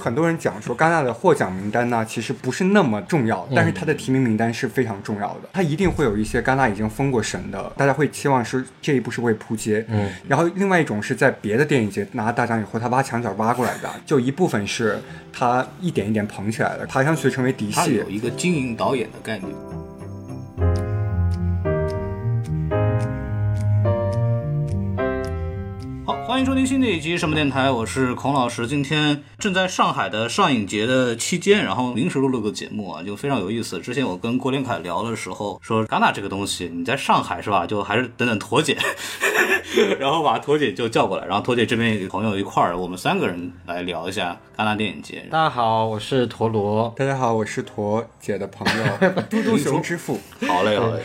很多人讲说，戛纳的获奖名单呢，其实不是那么重要，但是它的提名名单是非常重要的。它一定会有一些戛纳已经封过神的，大家会期望是这一部是会扑街。嗯，然后另外一种是在别的电影节拿大奖以后，他挖墙角挖过来的，就一部分是他一点一点捧起来的，爬上去成为嫡它系有。一个经营导演的概念。好，欢迎收听新的一期什么电台，我是孔老师。今天正在上海的上影节的期间，然后临时录了个节目啊，就非常有意思。之前我跟郭连凯聊的时候说，戛纳这个东西，你在上海是吧？就还是等等驼姐， 然后把驼姐就叫过来，然后驼姐这边有朋友一块儿，我们三个人来聊一下戛纳电影节。大家好，我是陀螺，大家好，我是驼姐的朋友嘟嘟熊之父，好嘞，好嘞。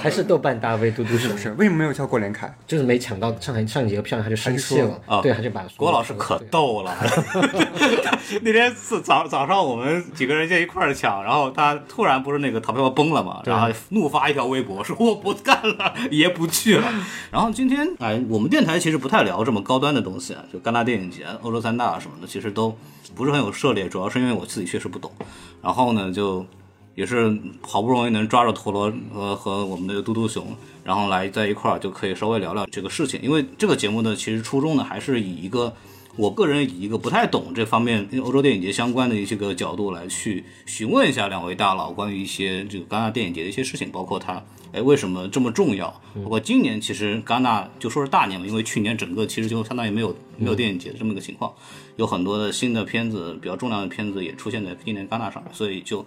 还是豆瓣大 V 嘟嘟是熊不，是？为什么没有叫郭连凯？ 就是没抢到上海上一节的票，他就生气还了，啊对，他就把郭老师可逗了， 那天是早早上我们几个人在一块儿抢，然后他突然不是那个淘票崩了嘛，然后怒发一条微博说我不干了，爷不去了。然后今天哎，我们电台其实不太聊这么高端的东西啊，就戛纳电影节、欧洲三大什么的，其实都不是很有涉猎，主要是因为我自己确实不懂。然后呢，就也是好不容易能抓着陀螺和和我们的嘟嘟熊，然后来在一块儿就可以稍微聊聊这个事情。因为这个节目呢，其实初衷呢还是以一个我个人以一个不太懂这方面欧洲电影节相关的一些个角度来去询问一下两位大佬关于一些这个戛纳电影节的一些事情，包括它哎为什么这么重要，包括今年其实戛纳就说是大年嘛，因为去年整个其实就相当于没有没有电影节的这么一个情况，有很多的新的片子比较重量的片子也出现在今年戛纳上，所以就。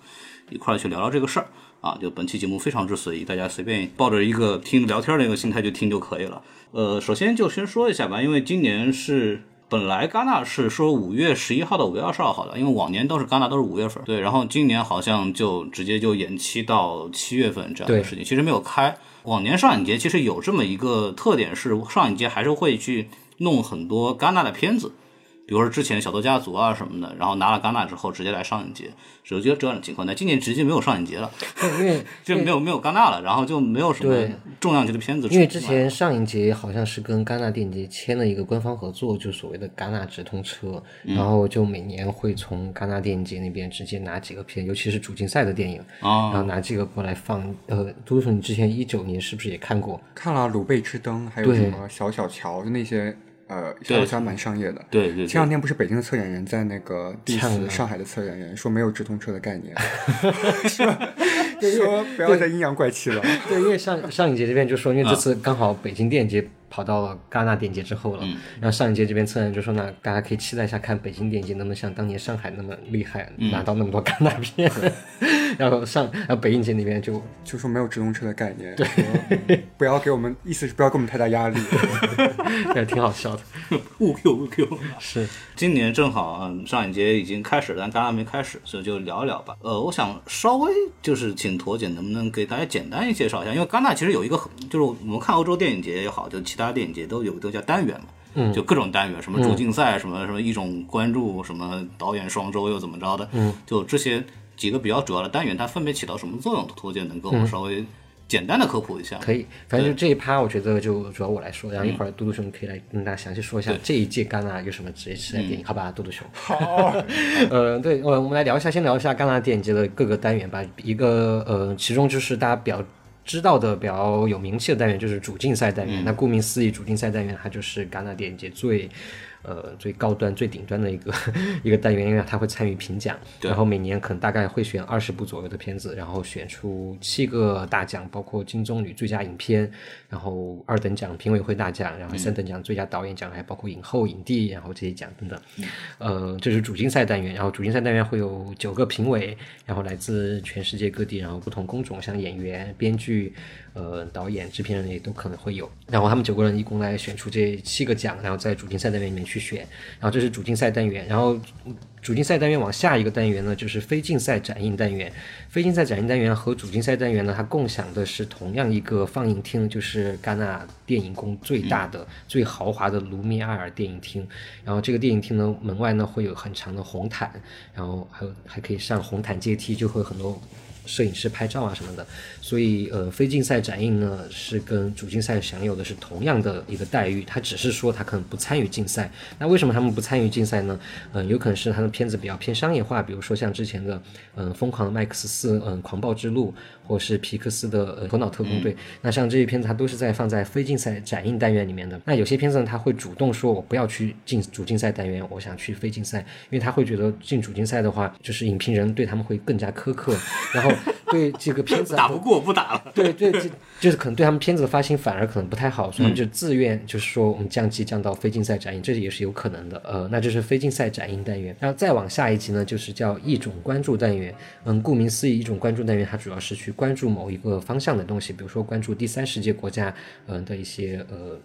一块儿去聊聊这个事儿啊。就本期节目非常之随意，大家随便抱着一个听聊天的一个心态就听就可以了。呃，首先就先说一下吧，因为今年是。本来戛纳是说五月十一号到五月二十二号的，因为往年都是戛纳都是五月份，对，然后今年好像就直接就延期到七月份这样的对事情，其实没有开。往年上影节其实有这么一个特点是，上影节还是会去弄很多戛纳的片子，比如说之前小偷家族啊什么的，然后拿了戛纳之后直接来上影节，只有这这样的情况。但今年直接没有上影节了，对， 因为就没有没有戛纳了，然后就没有什么对重量级的片子出来。因为之前上影节好像是跟戛纳电影节签了一个官方合作，就所谓的戛纳直通车，嗯然后就每年会从戛纳电影节那边直接拿几个片，尤其是主竞赛的电影，啊然后拿这个过来放。呃，嘟嘟，你之前一九年是不是也看过？看了《鲁贝之灯》，还有对什么《小小桥》就那些，呃，小小桥蛮商业的。对对前对两，天不是北京的策展人在那个 diss 呛上海的策展人，说没有直通车的概念，说说不要再阴阳怪气了。对，因为上上影节这边就说，因为这次刚好北京电影节跑到了戛纳电影节之后了，然后上影节这边策展人就说，那大家可以期待一下，看北京电影节能不能像当年上海那么厉害，拿到那么多戛纳片。 然后上，然后北影节那边就就说没有直通车的概念，对，不要给我们，意思是不要给我们太大压力。也挺好笑的，物 Q 物 Q。是今年正好嗯上影节已经开始，但戛纳没开始，所以就聊一聊吧。呃，我想稍微就是请驼姐能不能给大家简单介绍一下，因为戛纳其实有一个很，就是我们看欧洲电影节也好，就其他电影节都有一个叫单元嘛。嗯，就各种单元，什么主竞赛，什么什么一种关注，什么导演双周又怎么着的，嗯，就这些几个比较主要的单元，它分别起到什么作用？驼姐能给我们稍微简单的科普一下？可以，反正就这一趴，我觉得就主要我来说，然后一会儿嘟嘟熊可以来跟大家详细说一下这一届戛纳有什么职业期待电影，好吧，嘟嘟熊。好， 呃，对，我我们来聊一下，先聊一下戛纳电影节的各个单元吧。一个呃，其中就是大家比较知道的、比较有名气的单元，就是主竞赛单元。那顾名思义，主竞赛单元它就是戛纳电影节最。呃，最高端、最顶端的一个 一个单元，因为它会参与评奖，然后每年可能大概会选二十部左右的片子，然后选出七个大奖，包括金棕榈最佳影片，然后二等奖评委会大奖，然后三等奖最佳导演奖，还包括影后、影帝，然后这些奖等等。呃，这是主竞赛单元，然后主竞赛单元会有九个评委，然后来自全世界各地，然后不同工种，像演员、编剧、呃导演、制片人也都可能会有。然后他们九个人一共来选出这七个奖，然后在主竞赛单元里面去选。然后这是主竞赛单元，然后主竞赛单元往下一个单元呢，就是非竞赛展映单元。非竞赛展映单元和主竞赛单元呢，它共享的是同样一个放映厅，就是戛纳电影宫最大的、最豪华的卢米埃尔电影厅。然后这个电影厅呢，门外呢会有很长的红毯，然后还有还可以上红毯阶梯，就会有很多。摄影师拍照啊什么的。所以呃，非竞赛展映呢是跟主竞赛享有的是同样的一个待遇，他只是说他可能不参与竞赛。那为什么他们不参与竞赛呢？嗯、有可能是他的片子比较偏商业化，比如说像之前的嗯、呃疯狂的麦克斯四》嗯、狂暴之路》，或是皮克斯的、呃、头脑特工队。那像这些片子，它都是在放在非竞赛展映单元里面的。那有些片子呢，他会主动说我不要去进主竞赛单元，我想去非竞赛，因为他会觉得进主竞赛的话，就是影评人对他们会更加苛刻，然后对这个片子 啊打不过我不打了。 对对，就就是可能对他们片子的发行反而可能不太好，所以他们就自愿就是说我们降级降到非竞赛展映，这也是有可能的。呃，那就是非竞赛展映单元。然后再往下一级呢，就是叫一种关注单元。嗯，顾名思义，一种关注单元它主要是去关注某一个方向的东西，比如说关注第三世界国家嗯、呃的一些呃。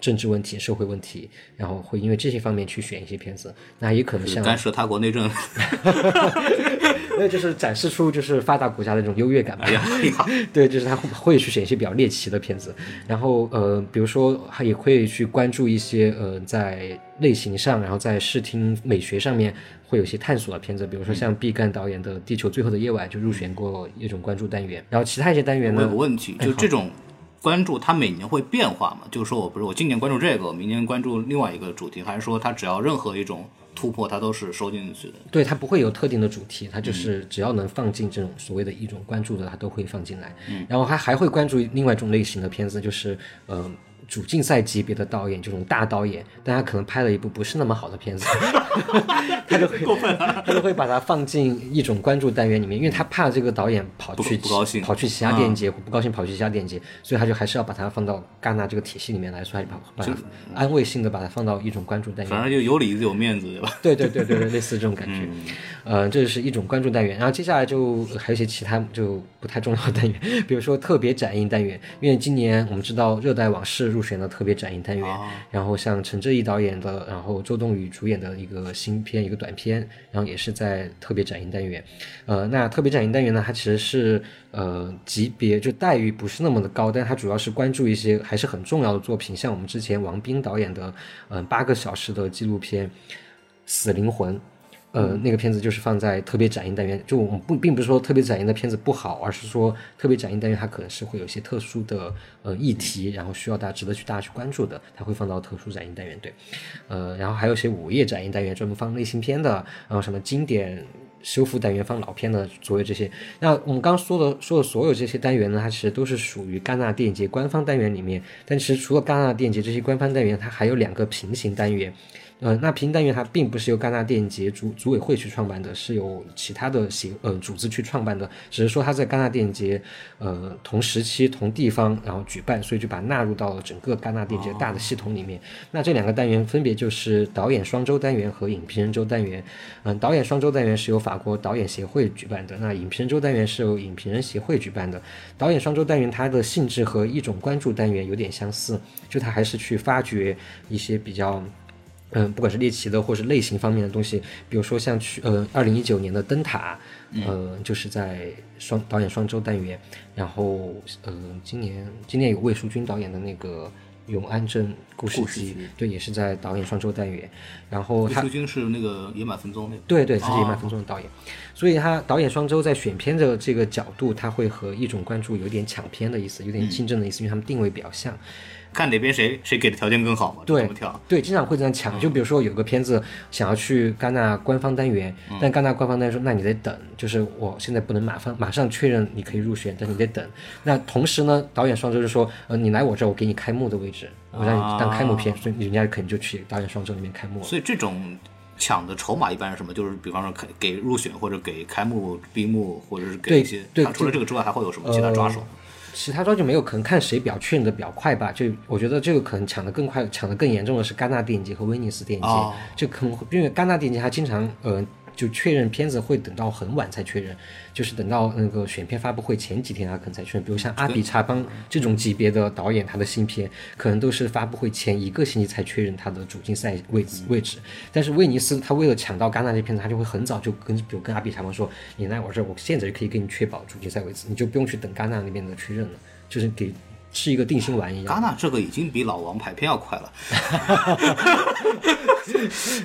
政治问题、社会问题，然后会因为这些方面去选一些片子，那也可能像干涉他国内政，那就是展示出就是发达国家的那种优越感吧。哎呀，哎呀 对，就是他会会去选一些比较猎奇的片子，然后呃，比如说他也会去关注一些呃在类型上，然后在视听美学上面会有一些探索的片子，比如说像毕赣导演的《地球最后的夜晚》就入选过一种关注单元，然后其他一些单元我有个呢，问题，就这种关注，它每年会变化吗？就是说我不是我今年关注这个，我明年关注另外一个主题，还是说它只要任何一种突破，它都是收进去的？对它不会有特定的主题，它嗯就是只要能放进这种所谓的一种关注的，它都会放进来。嗯然后还还会关注另外一种类型的片子，就是呃主竞赛级别的导演，这种大导演，但他可能拍了一部不是那么好的片子， 他就会 过分了。 他就会把它放进一种关注单元里面，因为他怕这个导演跑去不不高兴跑去其他电影节、或不高兴跑去其他电影节，所以他就还是要把它放到戛纳这个体系里面来，所以他就把把它安慰性的把它放到一种关注单元反。正就有里子有面子，对吧？ 对对对对对，类似这种感觉。呃，这是一种关注单元，然后接下来就还有一些其他就不太重要的单元， 比如说特别展映单元，因为今年我们知道《热带往事》入选了特别展映单元，然后像陈志毅导演的，然后周冬雨主演的一个新片一个短片，然后也是在特别展映单元。呃，那特别展映单元呢，它其实是呃级别就待遇不是那么的高，但它主要是关注一些还是很重要的作品，像我们之前王斌导演的嗯、呃八个小时的纪录片。死灵魂，呃，那个片子就是放在特别展映单元，就我们不并不是说特别展映的片子不好，而是说特别展映单元它可能是会有一些特殊的呃议题，然后需要大家值得去大家去关注的，它会放到特殊展映单元对，呃，然后还有一些午夜展映单元专门放类型片的，然后什么经典。修复单元放老片的所有这些，那我们刚刚说的说的所有这些单元呢，它其实都是属于戛纳电影节官方单元里面。但其实除了戛纳电影节这些官方单元，它还有两个平行单元，呃，那平单元它并不是由戛纳电影节组组委会去创办的，是由其他的协呃组织去创办的，只是说它在戛纳电影节呃同时期同地方然后举办，所以就把它纳入到了整个戛纳电影节大的系统里面。那这两个单元分别就是导演双周单元和影评人周单元。嗯，导演双周单元是由法国导演协会举办的，那影评人周单元是由影评人协会举办的。导演双周单元它的性质和一种关注单元有点相似，就它还是去发掘一些比较。嗯，不管是猎奇的或是类型方面的东西，比如说像去呃二零一九年的《灯塔》，呃，就是在双导演双周单元，然后呃今年今年有魏淑君导演的那个《永安镇故事故事集集》，对，也是在导演双周单元，然后魏他淑君是那个《野马分鬃》那个，对对，自己也蛮风中的导演，所以他导演双周在选片的这个角度，他会和一种关注有点抢片的意思，有点竞争的意思，因为他们定位比较像。看哪边谁谁给的条件更好嘛，对怎么跳？对，经常会这样抢。就比如说有个片子想要去戛纳官方单元，嗯但戛纳官方单元说，那你得等，就是我现在不能马上马上确认你可以入选，但是你得等。那同时呢，导演双周就说，呃，你来我这儿，我给你开幕的位置，我让你当开幕啊片，所以人家肯定就去导演双周那边开幕了。所以这种抢的筹码一般是什么？就是比方说开给入选或者给开幕、闭幕，或者是给对一些。对呃它除了这个之外，还会有什么其他抓手？其他抓就没有，可能看谁表确认的比较快吧。就我觉得这个可能抢得更快，抢得更严重的是戛纳电影节和威尼斯电影节，哦这可能会因为戛纳电影节它经常呃就确认片子会等到很晚才确认，就是等到那个选片发布会前几天他可能才确认。比如像阿比查邦这种级别的导演，他的新片可能都是发布会前一个星期才确认他的主竞赛位置位置。但是威尼斯他为了抢到戛纳这片子，他就会很早就跟比如跟阿比查邦说，你来我这儿，我现在就可以给你确保主竞赛位置，你就不用去等戛纳那边的确认了。就是给是一个定心丸一戛样。纳这个已经比老王排片要快了。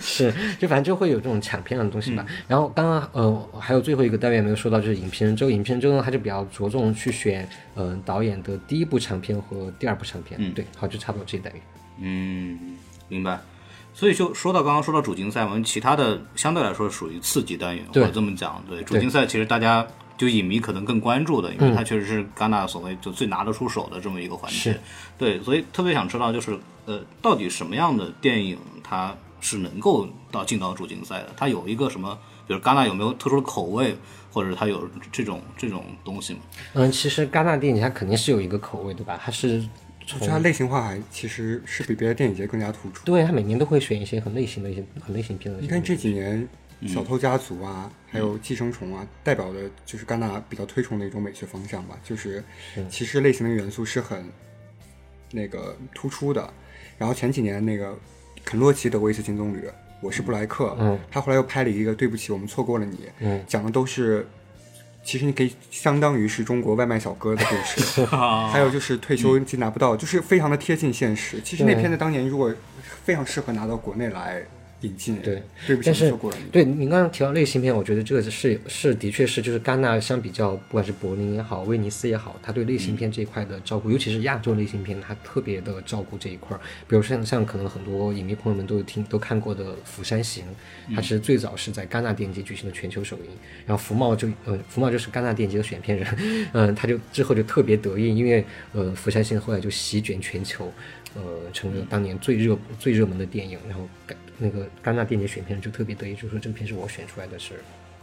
是，就反正就会有这种抢片的东西吧。然后刚刚呃还有最后一个单元没有说到，就是影片周。影片周呢，它就比较着重去选嗯、呃导演的第一部长片和第二部长片。对，好，就差不多这一单元。嗯，明白。所以就说到刚刚说到主竞赛，我们其他的相对来说属于次级单元，或对嗯者这么讲，对主竞赛其实大家就影迷可能更关注的，因为它确实是戛纳所谓就最拿得出手的这么一个环节是。对，所以特别想知道就是呃，到底什么样的电影它是能够到进到主竞赛的？它有一个什么，比如戛纳有没有特殊的口味，或者它有这种这种东西吗？嗯，其实戛纳电影节它肯定是有一个口味，对吧？它是我觉得它类型化还其实是比别的电影节更加突出。对，它每年都会选一些很类型的一些很类型片的一你些看东西。这几年，《小偷家族》啊，还有《寄生虫》啊，代表的就是戛纳比较推崇的一种美学方向吧，就是其实类型的元素是很那个突出的。然后前几年那个肯洛奇得过一次金棕榈，我是布莱克，嗯他后来又拍了一个《对不起，我们错过了你》，嗯讲的都是。其实你可以相当于是中国外卖小哥的故 事，啊还有就是退休金拿不到，就是非常的贴近现实。其实那对片子当年如果非常适合拿到国内来引进，对，对不起，但是错过了你。对您刚刚提到类型片，我觉得这个是是的确是就是戛纳相比较，不管是柏林也好，威尼斯也好，它对类型片这一块的照顾，尤其是亚洲类型片，它特别的照顾这一块儿。比如像像可能很多影迷朋友们都有听都看过的《釜山行》，它其实最早是在戛纳电影节举行的全球首映，然后福茂就呃福茂就是戛纳电影节的选片人， 嗯、他就之后就特别得意，因为呃《釜山行》后来就席卷全球，呃成了当年最热、最热门的电影，然后戛那个戛纳电影节选片人就特别得意，就说这个片是我选出来的，是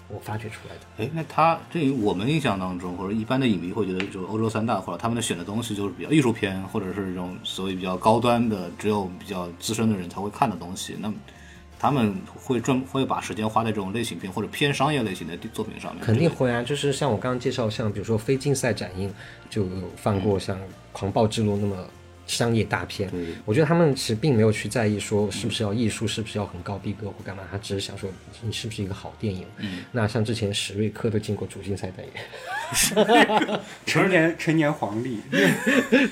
我发掘出来的。哎，那他对于我们印象当中，或者一般的影迷会觉得，就是欧洲三大或者他们的选的东西就是比较艺术片，或者是这种所谓比较高端的，只有比较资深的人才会看的东西。那么他们会专会把时间花在这种类型片或者偏商业类型的作品上面。肯定这个会啊，就是像我刚刚介绍，像比如说非竞赛展映就有放过像《狂暴之路》那么商业大片，嗯我觉得他们其实并没有去在意说是不是要艺术，是不是要很高逼格或干嘛，他只是想说你是不是一个好电影。嗯那像之前史瑞克都进过主竞赛单元，陈年陈年黄历，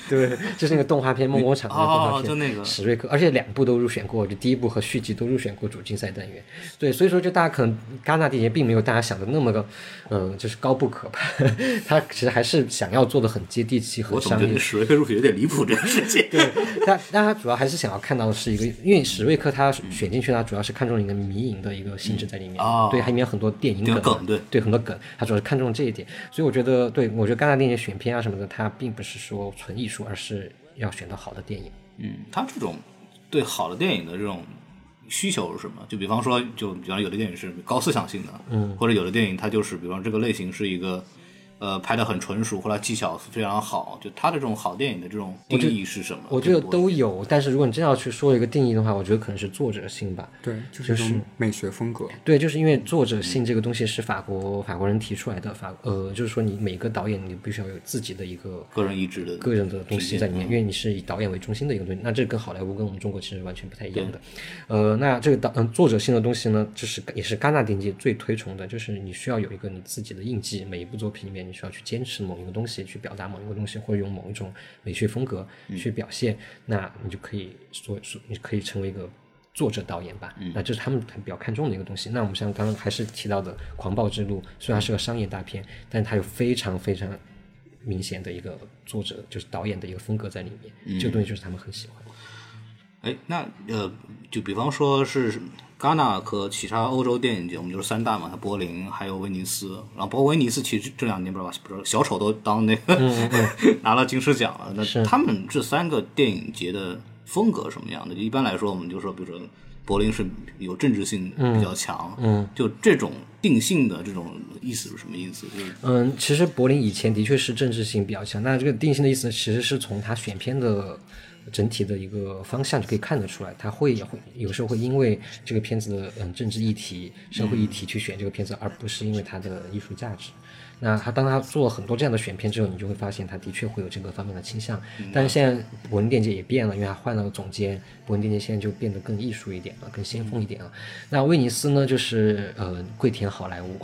对， 就是那个动画片《梦工厂》那个动画哦片，就那个史瑞克，而且两部都入选过，就第一部和续集都入选过主竞赛单元。对，所以说就大家可能戛纳电影节并没有大家想的那么个，呃，就是高不可攀， 他其实还是想要做的很接地气、我很总商觉业得。史瑞克入选有点离谱，这个事情。对，但但他主要还是想要看到的是一个，因为史瑞克他选进去，他主要是看中一个迷影的一个性质在里面。哦对，它里面有很多电影这梗个嘛，梗对很多梗，他主要是看中这一点。所以我觉得，对我觉得戛纳电影节选片啊什么的，它并不是说纯艺术，而是要选到好的电影。嗯，他这种对好的电影的这种需求是什么？就比方说，就比方有的电影是高思想性的，嗯，或者有的电影它就是，比方这个类型是一个，呃，拍的很纯熟，或者技巧非常好，就他的这种好电影的这种定义是什么？我觉得都有，但是如果你真要去说一个定义的话，我觉得可能是作者性吧。对，就是一种美学风 格。对，就是因为作者性这个东西是法国法国人提出来的，法呃，就是说你每个导演你必须要有自己的一个个人意志的个人的东西在里面，因为你是以导演为中心的一个东西，那这跟好莱坞跟我们中国其实完全不太一样的。呃，那这个导嗯、作者性的东西呢，就是也是戛纳电影节最推崇的，就是你需要有一个你自己的印记，每一部作品里面你需要去坚持某一个东西，去表达某一个东西，或者用某一种美学风格去表现，那你就可以所所你可以成为一个。作者导演吧，那这是他们比较看重的一个东西。那我们像刚刚还是提到的《狂暴之路》，虽然它是个商业大片，但它有非常非常明显的一个作者就是导演的一个风格在里面，这个东西就是他们很喜欢。哎，那呃，就比方说是戛纳和其他欧洲电影节，我们就是三大嘛，它柏林还有威尼斯，然后包括威尼斯，其实这两年不知道吧，不知道小丑都当那个、 拿了金狮奖了。那他们这三个电影节的风格什么样的？就一般来说，我们就说，比如说柏林是有政治性比较强，嗯，就这种定性的这种意思是什么意思？就是嗯，其实柏林以前的确是政治性比较强，那这个定性的意思其实是从他选片的整体的一个方向就可以看得出来，他会也会有时候会因为这个片子的嗯政治议题、社会议题去选这个片子，而不是因为它的艺术价值。那他当他做了很多这样的选片之后，你就会发现他的确会有这个方面的倾向。嗯但是现在柏林电影节也变了，因为他换了总监，柏林电影节现在就变得更艺术一点了，更先锋一点嗯了。那威尼斯呢，就是呃跪舔好莱 坞，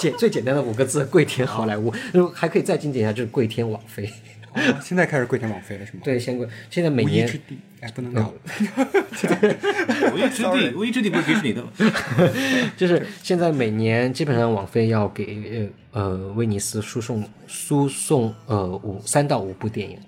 简最简单的五个字跪舔好莱坞，然后还可以再经典一下，就是跪舔网飞。 啊现在开始跪舔网飞了是吗？，对，先过现在每无一年之地，哎，不能聊了。无意之地，无意之地不是迪士尼的吗？就是现在每年基本上网飞要给呃呃威尼斯输送输送呃五三到五部电影，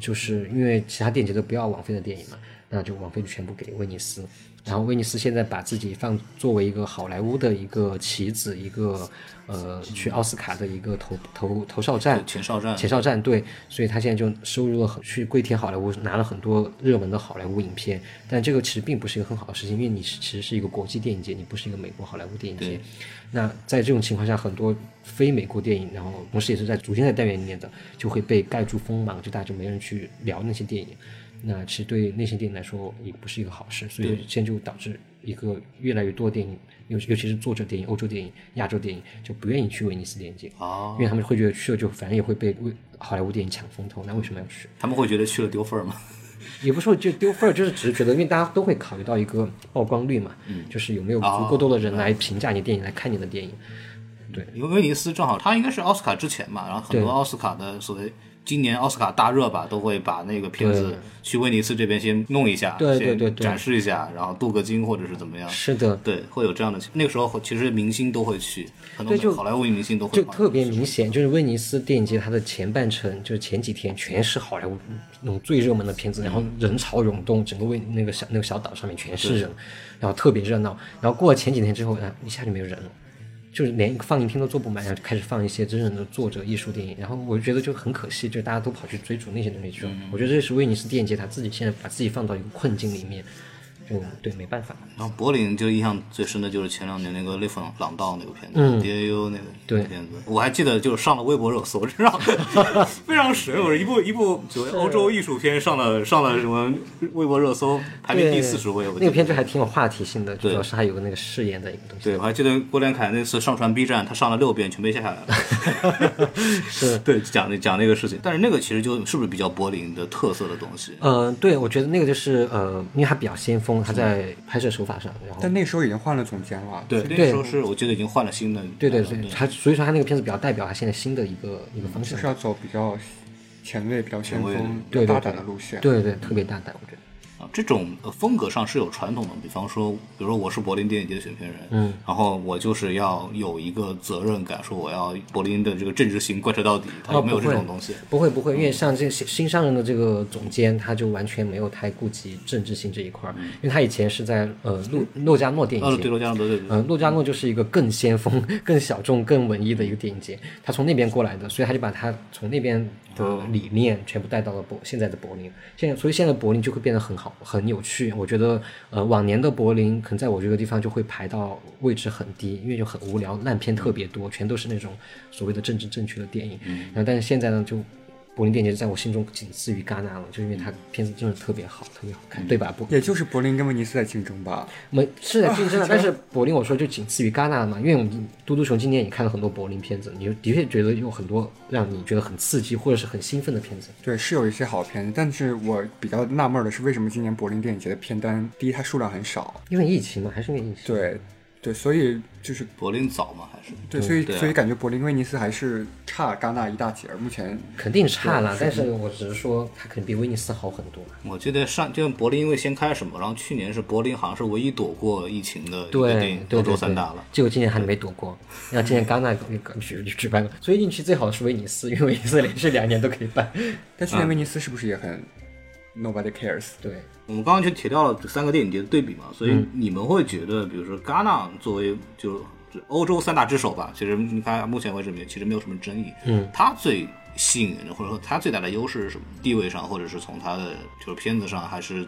就是因为其他电影节都不要网飞的电影嘛，那就网飞就全部给威尼斯。然后威尼斯现在把自己放作为一个好莱坞的一个棋子，一个呃去奥斯卡的一个投投投哨站，前哨 站前哨站对，所以他现在就收入了很去跪舔好莱坞，拿了很多热门的好莱坞影片，但这个其实并不是一个很好的事情，因为你是其实是一个国际电影节，你不是一个美国好莱坞电影节。那在这种情况下，很多非美国电影，然后同时也是在主竞赛单元里面的，就会被盖住锋芒，就大家就没人去聊那些电影。那其实对那些电影来说也不是一个好事，所以现在就导致一个越来越多的电影，尤尤其是作者电影、欧洲电影、亚洲电影就不愿意去威尼斯电影节。啊因，为他们会觉得去了就反正也会被为好莱坞电影抢风头，那为什么要去？他们会觉得去了丢份儿吗？也不是说就丢份儿，就是只是觉得，因为大家都会考虑到一个曝光率嘛，就是有没有足够多的人来评价你电影，来看你的电影。因为威尼斯正好，它应该是奥斯卡之前吧，然后很多对奥斯卡的所谓今年奥斯卡大热吧，都会把那个片子对去威尼斯这边先弄一下，对对先对对展示一下，然后镀个金或者是怎么样。是的，对，会有这样的情。那个时候其实明星都会去，很对多就好莱坞明星都会就跑特别明显，就是威尼斯电影节它的前半程，就是前几天全是好莱坞那种最热门的嗯片子，然后人潮涌动，整个威那个小那个小岛上面全是人，然后特别热闹。然后过了前几天之后，啊，一下就没有人了。就是连一个放映厅都坐不满，然后就开始放一些真正的作者艺术电影，然后我就觉得就很可惜，就大家都跑去追逐那些东西嗯去了。我觉得这是威尼斯电影节他自己现在把自己放到一个困境里面，就对没办法。然后柏林就印象最深的就是前两年那个《雷锋朗道》那个片子、d A U 那个嗯对片子，我还记得就是上了 微博热搜，知道非常神，我是一部一部所谓欧洲艺术片上了上了什么微博热搜，排名对，第四十位，我记那得个片子还挺有话题性的，主要是它有个那个誓言的一个东西。对，我还记得郭连凯那次上传 B 站，他上了六遍，全被下下来 了。 是，对，讲那讲那个事情，但是那个其实就是不是比较柏林的特色的东西，呃，对，我觉得那个就是呃，因为他比较先锋，他在拍摄手法上，然后但那时候已经换了总监了，对，那时候是我记得已经换了新的，对对嗯对，他所以说他那个片子比较代表他现在新的一个一个方就向是，要走比较前卫、比较先前卫的锋、比对对较大对胆的路线。对对，特别大胆，我觉得。啊，这种呃风格上是有传统的，比方说，比如说我是柏林电影节的选片人，嗯，然后我就是要有一个责任感，说我要柏林的这个政治性贯彻到底，他有没有这种东西？啊不会不会，嗯因为像这新新上任的这个总监，他就完全没有太顾及政治性这一块嗯儿，因为他以前是在呃洛洛迦诺电呃，哦影对节，罗加德，对对对，呃，洛迦诺就是一个更先锋、 更小众、更文艺的一个电影节，他从那边过来的，所以他就把他从那边的理念全部带到了柏现在的柏林。现在，所以现在柏林就会变得很好、很有趣。我觉得，呃，往年的柏林可能在我这个地方就会排到位置很低，因为就很无聊，烂片特别多，全都是那种所谓的政治正确的电影。然后，但是现在呢，就柏林电影节在我心中仅次于戛纳了，就因为它片子真的特别好，特别好看，对吧？不，也就是柏林跟威尼斯在竞争吧。没是的竞争的，但是柏林我说就仅次于戛纳嘛，因为我们嘟嘟熊今年也看了很多柏林片子，你就的确觉得有很多让你觉得很刺激或者是很兴奋的片子。对，是有一些好片子，但是我比较纳闷的是，为什么今年柏林电影节的片单，第一它数量很少，因为疫情嘛，还是因为疫情。对，对，所以就是柏林早嘛还是？对，所以、对啊所以感觉柏林、威尼斯还是差戛纳一大截儿。目前肯定差了，但是我只是说它肯定比威尼斯好很多。我记得上就柏林因为先开始嘛，然后去年是柏林好像是唯一躲过疫情的一个电对影，对欧对洲对三大了。，结果今年还没躲过。然后今年戛纳 举举办了，所以运气最好的是威尼斯，因为威尼斯连续两年都可以办。 但去年威尼斯是不是也很、nobody cares？对，我们刚刚就提到了这三个电影节的对比嘛，所嗯以你们会觉得，比如说戛纳作为就是欧洲三大之首吧，其实你看目前为止没有，其实没有什么争议。嗯，它最吸引人的，或者说它最大的优势是什么？地位上，或者是从它的就是片子上，还是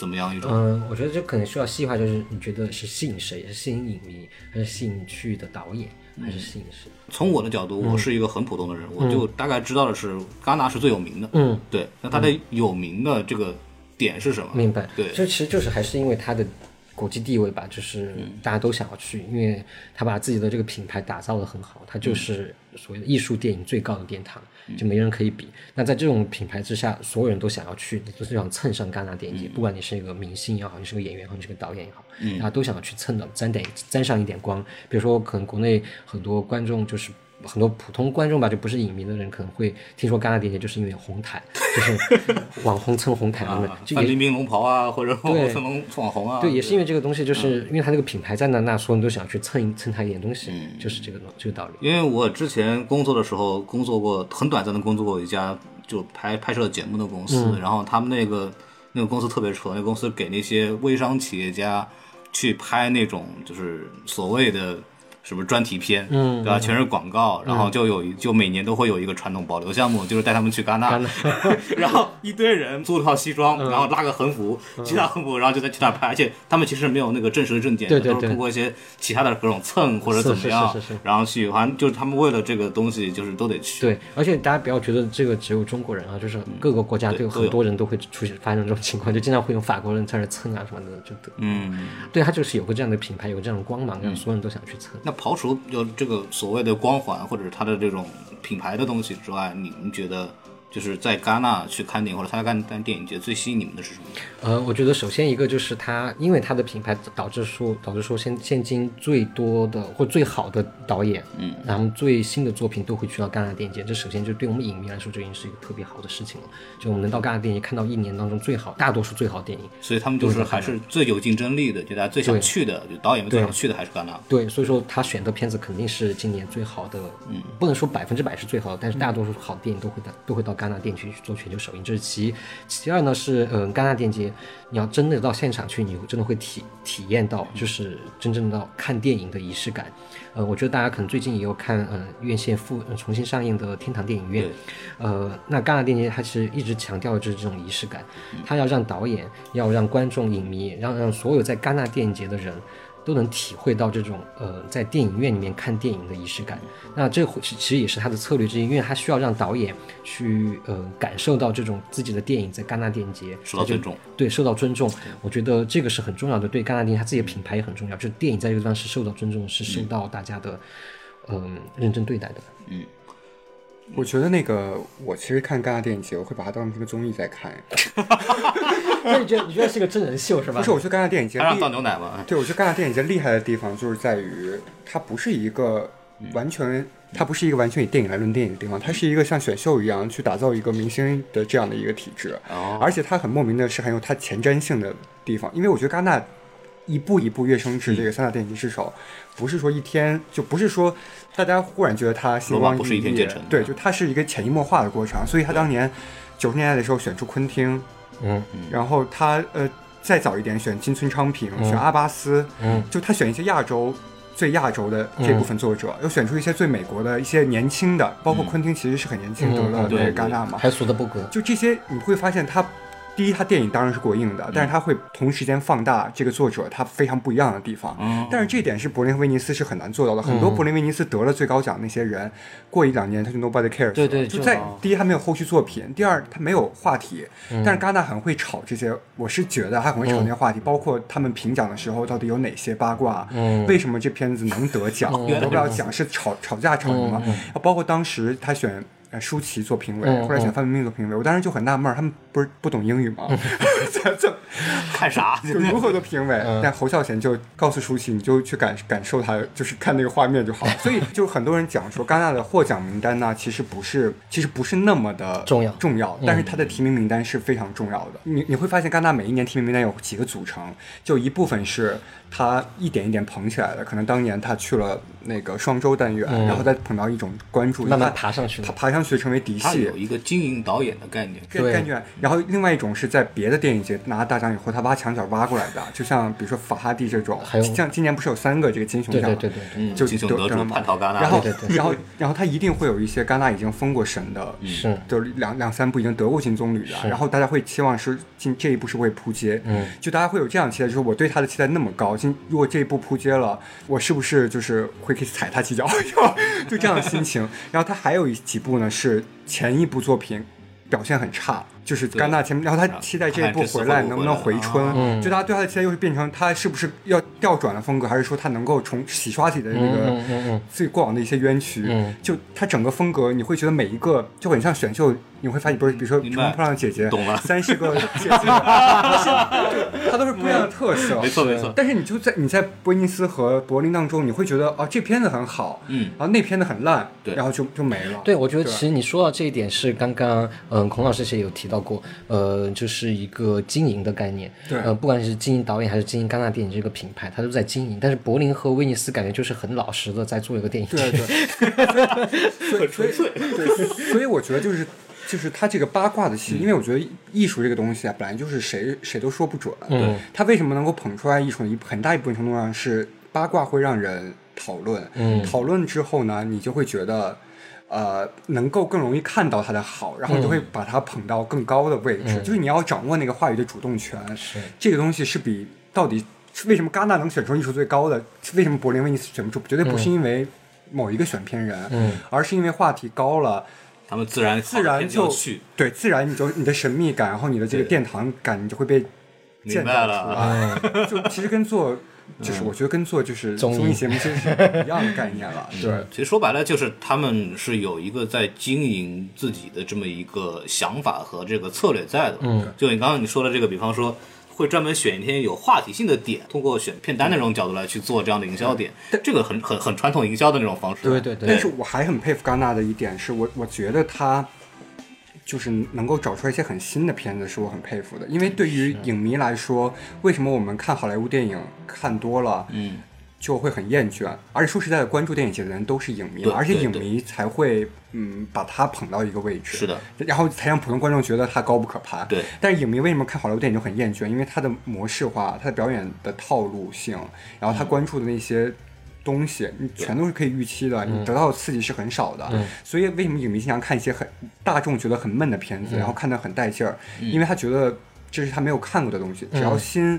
怎么样一种？嗯，我觉得这可能需要细化，就是你觉得是吸引谁？是吸引影迷，还是吸引去的导演，还是吸引谁？从我的角嗯度，我是一个很普通的人，我就大概知道的是戛纳是最有名的。嗯，对，那它的有名的这个点是什么？明白，对这其实就是还是因为它的国际地位吧，就是嗯大家都想要去，因为他把自己的这个品牌打造的很好，它就是嗯所谓的艺术电影最高的殿堂，就没人可以比。那在这种品牌之下，所有人都想要去，都是想蹭上戛纳电影节，嗯不管你是一个明星也好，你是个演员也好，你是个导演也好，大家都想要去蹭到沾点沾上一点光。比如说，可能国内很多观众就是。很多普通观众吧，就不是影迷的人，可能会听说戛纳电影节，就是因为红毯，就是网红蹭红毯他 们啊，就范也冰冰龙袍啊，或者 对蹭龙网红啊，嗯对，也是因为这个东西，就是因为它那个品牌在那，那所有人都想去蹭一蹭它一点东西，嗯就是这个东这个道理。因为我之前工作的时候，工作过很短暂的工作过一家就拍拍摄节目的公司，嗯然后他们那个那个公司特别扯，那个公司给那些微商企业家去拍那种就是所谓的。什么专题片，嗯，对吧？全是广告，然嗯后就有一就每年都会有一个传统保留项目，就是带他们去戛纳， 然后一堆人租套西装，嗯然后拉个横幅，其他横幅，然后就在去那儿拍，而且他们其实没有那个正式的证件，对对都是对通过一些其他的各种蹭或者是怎是么样，是是是然后去，反正就是他们为了这个东西，就是都得去。对，而且大家不要觉得这个只有中国人啊，嗯就是各个国家都有都很有多人都会出现发生这种情况，就经常会有法国人在那蹭啊什么的，就都嗯，对他就是有个这样的品牌，有这样的光芒，让所有人都想去蹭。那刨除就这个所谓的光环或者是它的这种品牌的东西之外，你你觉得就是在戛纳去看电影或者参加戛纳电影节最吸引你们的是什么？呃，我觉得首先一个就是它，因为它的品牌导致说导致说现现今最多的或最好的导演，嗯，然后最新的作品都会去到戛纳电影节，这首先就对我们影迷来说，这已经是一个特别好的事情了。就我们能到戛纳电影节看到一年当中最好，大多数最好电影。所以他们就是还是最有竞争力的，就大家最想去的，就导演们最想去的还是戛纳。对，所以说他选的片子肯定是今年最好的，嗯，不能说百分之百是最好的，但是大多数好的电影都会到都会到戛纳电影去做全球首映，这是其一。其二呢是，嗯、戛纳电影节，你要真的到现场去，你真的会体体验到，就是真正到看电影的仪式感。呃，我觉得大家可能最近也有看，嗯、院线复、呃重新上映的《天堂电影院》对，呃，那戛纳电影节它其实一直强调的就是这种仪式感，嗯它要让导演，要让观众、影迷，让让所有在戛纳电影节的人。都能体会到这种呃，在电影院里面看电影的仪式感。嗯那这会是其实也是他的策略之一，因为他需要让导演去呃感受到这种自己的电影在戛纳电影节受到尊重，对受到尊重。我觉得这个是很重要的，对戛纳电影它自己的品牌也很重要，就是电影在这个地方是受到尊重，是受到大家的嗯、认真对待的。 我觉得那个，我其实看戛纳电影节，我会把它当成一个综艺在看。那你觉得你觉得是个真人秀是吧不是，我去戛纳电影节还让厉，倒牛奶吧，对我去戛纳电影节厉害的地方就是在于，它不是一个完全，它不是一个完全以电影来论电影的地方，它是一个像选秀一样去打造一个明星的这样的一个体制。哦而且它很莫名的是很有它前瞻性的地方，因为我觉得戛纳一步一步跃升至这个三大电影节之首，不是说一天就不是说大家忽然觉得它星罗马光不是一天熠建熠成的，对，就它是一个潜移默化的过程，所以它当年九十年代的时候选出昆汀，嗯，然后他呃再早一点选金村昌平，选阿巴斯，嗯，就他选一些亚洲。最亚洲的这部分作者，又选出一些最美国的一些年轻的，包括昆汀其实是很年轻得嗯了对那个对戛纳嘛，还有索德伯格，就这些，你会发现它，第一，它电影当然是国映的，但是它会同时间放大这个作者他非常不一样的地方。哦嗯但是这一点是柏林和威尼斯是很难做到的。嗯很多柏林威尼斯得了最高奖那些人，过一两年他就 nobody cares 了。对对就就哦在第一他没有后续作品，第二他没有话题。嗯但是戛纳很会炒这些，我是觉得他很会炒那些话题，包括他们评奖的时候到底有哪些八卦，嗯哦为什么这片子能得 奖，原来得不了奖是吵吵架吵什么？包括当时他选。呃，舒淇做评委，嗯嗯后来选范冰冰做评委，我当时就很纳闷儿，他们不是不懂英语吗？ 怎怎看啥？ 就如何做评委？嗯但侯孝贤就告诉舒淇，你就去感感受他，就是看那个画面就 好。所以就是很多人讲说，戛纳的获奖名单呢，其实不是，其实不是那么的重要嗯重要，但是它的提名名单是非常重要的。你你会发现，戛纳每一年提名名单有几个组成，就一部分是他一点一点捧起来的，可能当年他去了那个双周单元，然后再捧到一种关注，嗯慢慢他爬上去的爬爬上去成为嫡他系有。一个经营导演的概念，这对概念。然后另外一种是在别的电影节拿大奖以后，他挖墙角挖过来的，就像比如说法哈蒂这种，还有像今年不是有三个这个金熊对奖对吗？对对对，嗯，就金熊得得主得了嘛叛逃戛纳，然后对对对然后然后他一定会有一些戛纳已经封过神的，嗯嗯是。就是两两三部已经得过金棕榈了，然后大家会期望是进这一步是会扑街，嗯，就大家会有这样期待，就是我对他的期待那么高，今如果这一步扑街了，我是不是就是会可以踩他几脚， 就这样的心情。然后他还有一几部呢是前一部作品表现很差，就是戛纳前面，然后他期待这一步回来啊看这次会不会能不能回春，啊嗯就大家对他的期待又是变成他是不是要调转了风格，还是说他能够重洗刷自己的那嗯嗯个嗯自己过往的一些冤屈？嗯就他整个风格，你会觉得每一个就很像选秀，你会发现，比如比如说《明乘白风破浪的姐姐》，懂了 三十个 姐姐，是它都是不一样的特色，没错没错但是你就在你在威尼斯和柏林当中，你会觉得哦，这片子很好，嗯然后那片子很烂，对然后就就没了。对，我觉得对其实你说到这一点是刚刚，嗯、孔老师其实有提到过，呃，就是一个经营的概念，对呃，不管是经营导演还是经营戛纳电影这个品牌，它都在经营。但是柏林和威尼斯感觉就是很老实的在做一个电影对节，对， 很纯粹。对，所以我觉得就是就是他这个八卦的戏，嗯因为我觉得艺术这个东西啊，本来就是谁谁都说不准。嗯，他为什么能够捧出来艺术呢？一很大一部分程度上是八卦会让人讨论，嗯讨论之后呢，你就会觉得。呃，能够更容易看到它的好，然后你嗯就会把它捧到更高的位置。就是你要掌握那个话语的主动权，是这个东西是比到底为什么戛纳能选出艺术最高的，为什么柏林、威尼斯选不出，绝对不是因为某一个选片人，嗯而是因为话题高了，他们自然自自然就去，对，自然你就你的神秘感，然后你的这个对殿堂感，你就会被明建白造了出啊。来。就其实跟做，就是我觉得跟做就是嗯综艺综艺节目其实是一样的概念 了，对。其实说白了，就是他们是有一个在经营自己的这么一个想法和这个策略在的。嗯，就你刚刚你说的这个，比方说会专门选一些有话题性的点，通过选片单的这种角度来去做这样的营销点，这个很很很传统营销的那种方式。 啊对对对但是我还很佩服戛纳的一点是我，我觉得他就是能够找出来一些很新的片子，是我很佩服的。因为对于影迷来说，为什么我们看好莱坞电影看多了，嗯，就会很厌倦？而且说实在的，关注电影节的人都是影迷对，而且对影对迷才会嗯把他捧到一个位置，是的，然后才让普通观众觉得他高不可攀。对但是影迷为什么看好莱坞电影就很厌倦？因为它的模式化、它的表演的套路性，然后他关注的那些东西，你全都是可以预期的，你得到的刺激是很少的。所以为什么影迷经常看一些很大众觉得很闷的片子，然后看得很带劲儿？因为他觉得这是他没有看过的东西，只要新。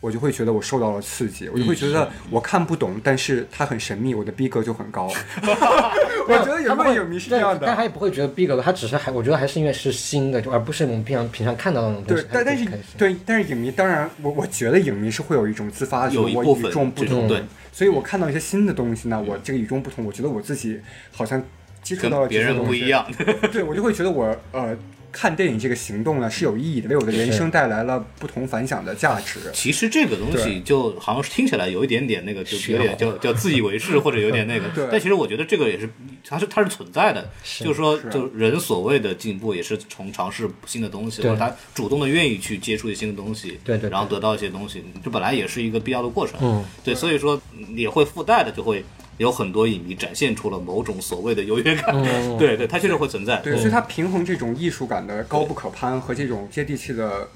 我就会觉得我受到了刺激，我就会觉得我看不懂，但是它很神秘，我的逼格就很高。 我觉得有没有影迷是这样的？但他也不会觉得逼格，他只是还我觉得还是因为是新的，就而不是我们平常平常看到的那种东对西。，但但是他就开心对，但是影迷当然，我我觉得影迷是会有一种自发的，有一我部分与众不这种同，嗯对，所以我看到一些新的东西呢，我这个与众不同，我觉得我自己好像接触到跟了别这些人东不西一，样。对我就会觉得我呃看电影这个行动呢是有意义的，为我的人生带来了不同反响的价值。其实这个东西就好像是听起来有一点点那个，就啊有点叫叫自以为 是或者有点那个对，但其实我觉得这个也是，它是它是存在的，啊就是说，是就人所谓的进步也是从尝试新的东西，或对者他主动的愿意去接触一些新的东西，对对对然后得到一些东西，这本来也是一个必要的过程，嗯，对，所以说也会附带的就会有很多影迷展现出了某种所谓的优越感，哦 对对，它确实会存在，对，嗯所以它平衡这种艺术感的高不可攀和这种接地气的、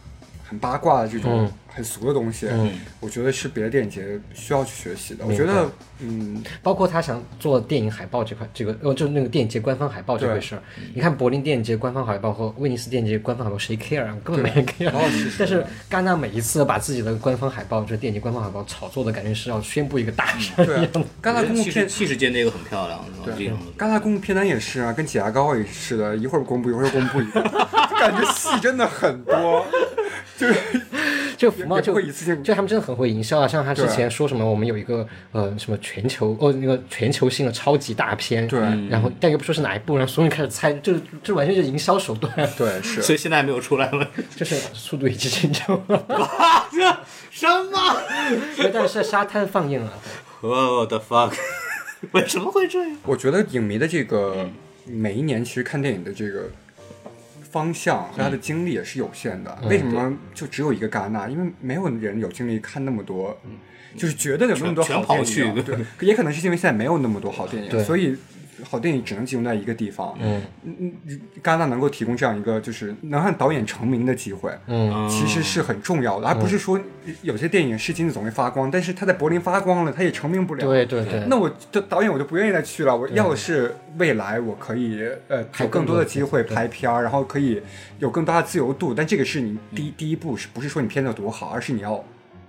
很八卦的这种嗯很俗的东西，我觉得是别的电影节需要去学习的。我觉得，嗯，包括他想做电影海报这块，这个呃，就是那个电影节官方海报这回事儿。你看柏林电影节官方海报和威尼斯电影节官方海报，谁 care 啊？根本没人 care 哦是。但是戛纳每一次把自己的官方海报，就是电影节官方海报炒作的感觉是要宣布一个大事儿对一啊样的。，戛纳公共其片实气质界那个很漂亮，然后这种戛纳公布片单也是啊，跟挤牙膏也是的，一会儿公布一会儿公布一个， 就感觉戏真的很多，就是就福茂也就不会一次性就他们真的很会营销啊，像他之前说什么我们有一个呃什么全球哦那个全球性的超级大片，对然后但又不说是哪一部，然后所有人开始猜，就这完全就是营销手段，对是所以现在还没有出来吗？ 就是速度与激情就， 啊，这什么？因为但是在沙滩放映了，我的 fuck！为 什么会这样？我觉得影迷的这个每一年其实看电影的这个方向和他的精力也是有限的。为什么就只有一个戛纳？因为没有人有精力看那么多，就是觉得有那么多全好电全影跑啊。去对，也可能是因为现在没有那么多好电对影，所以。好电影只能集中在一个地方，嗯嗯，嗯戛纳能够提供这样一个就是能让导演成名的机会，嗯，其实是很重要的，而不是说有些电影是金子总会发光，但是他在柏林发光了，他也成名不了，对对对，那我这导演我就不愿意再去了。我要的是未来我可以呃有更多的机会拍片儿，然后可以有更大的自由度。但这个是你第一第一步，是不是说你片子有多好，而是你要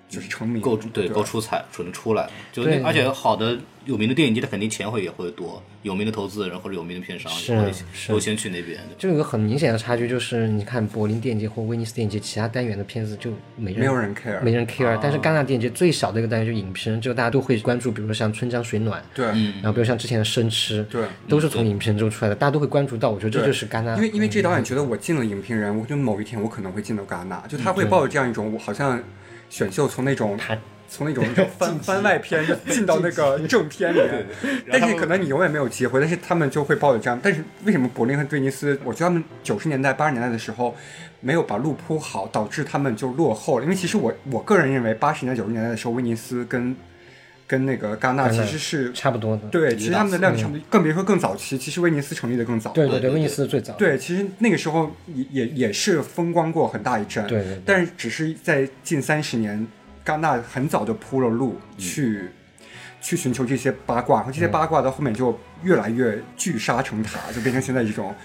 就是成名够对吧够出彩，准出来。就那对而且好的有名的电影节，它肯定钱会也会多，有名的投资人或者有名的片商是会是优先去那边。就有个很明显的差距，就是你看柏林电影节或威尼斯电影节，其他单元的片子就没人没有人啊 care 没人 care，、但是戛纳电影节最小的一个单元就是影片，就大家都会关注，比如说像《春江水暖》，对，然后比如像之前的《生吃》，嗯对，都是从影片中出来的，大家都会关注到。我觉得这对就是戛纳，嗯因为因为这导演觉得我进了影评人，我就某一天我可能会进到戛纳，就他会抱着这样一种，我好像选秀从那种从 那种番番外 篇进到那个正片里面，然后他们但是可能你永远没有机会，但是他们就会抱着这样。但是为什么柏林和威尼斯，我觉得他们九十年代八十年代的时候没有把路铺好，导致他们就落后了。因为其实我我个人认为八十年代九十年代的时候，威尼斯跟跟那个戛纳其实是。差不多的。对，其实他们的量级差不多，更别说更早期。其实威尼斯成立的更早，对对对，威尼斯最早。对，其实那个时候也也也是风光过很大一阵，对对对但是只是在近三十年，戛纳很早就铺了路去、去寻求这些八卦，然后这些八卦到后面就越来越聚沙成塔，就变成现在这种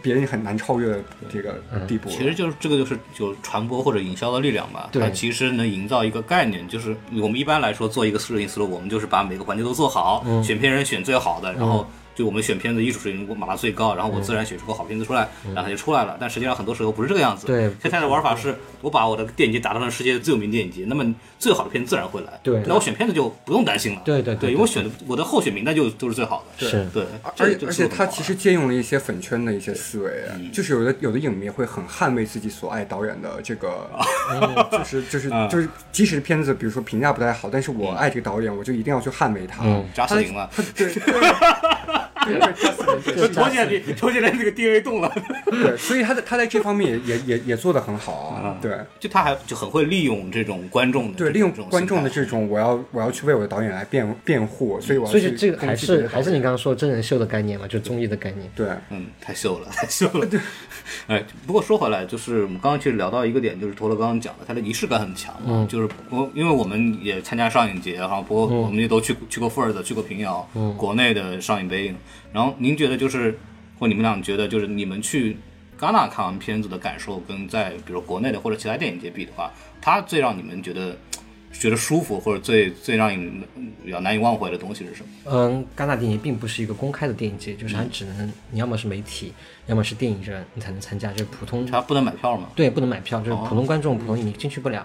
别人很难超越的这个地步了。其实就是这个就是有传播或者营销的力量吧，对它其实能营造一个概念，就是我们一般来说做一个摄影思路，我们就是把每个环节都做好，嗯选片人选最好的，然后就我们选片子艺术水平我把它最高，然后我自嗯然选出个好片子出来，然后它就出来了。但实际上很多时候不是这个样子，对现在的玩法是我把我的电影节打造成世界最有名电影节，那么最好的片子自然会来，对那我选片子就不用担心了，对对对对，因为我选的我的候选名单就都是最好的，是对，这而就且而是且我的他玩法其实借用了一些粉圈的一些思维，就是有的有的影迷会很捍卫自己所爱导演的这个，就是就是就是，即使片子比如说评价不太好，但是我爱这个导演，我就一定要去捍卫他。扎斯林了。他对对对对扎死人对瞅起来，瞅起来那个 DNA 动了。 对，所以他在他在这方面也也也也做得很好嗯啊。对就他还就很会利用这种观众的对，这利用这种观众的心这种，我要我要去为我的导演来辩辩护，所以我要所以去就这个还攻击别是的导还演是你刚刚说真人秀的概念嘛，就是综艺的概念。对态嗯，太秀了，太秀 了。对，哎，不过说回来，就是我们刚刚其实聊到一个点，就是陀螺刚刚讲的，他的仪式感很强嘛。嗯，就是我因为我们也参加上影节，然后包括我们也都去、去过富尔的，去过平遥，国内的上影北影。然后您觉得就是，或你们俩觉得就是你们去戛纳看完片子的感受，跟在比如国内的或者其他电影节比的话，它最让你们觉得觉得舒服，或者最最让你们比较难以忘怀的东西是什么？嗯，戛纳电影节并不是一个公开的电影节，就是它只能、你要么是媒体，要么是电影人，你才能参加。就是普通它不能买票吗？对不能买票，就是普通观众、普通影迷进去不了。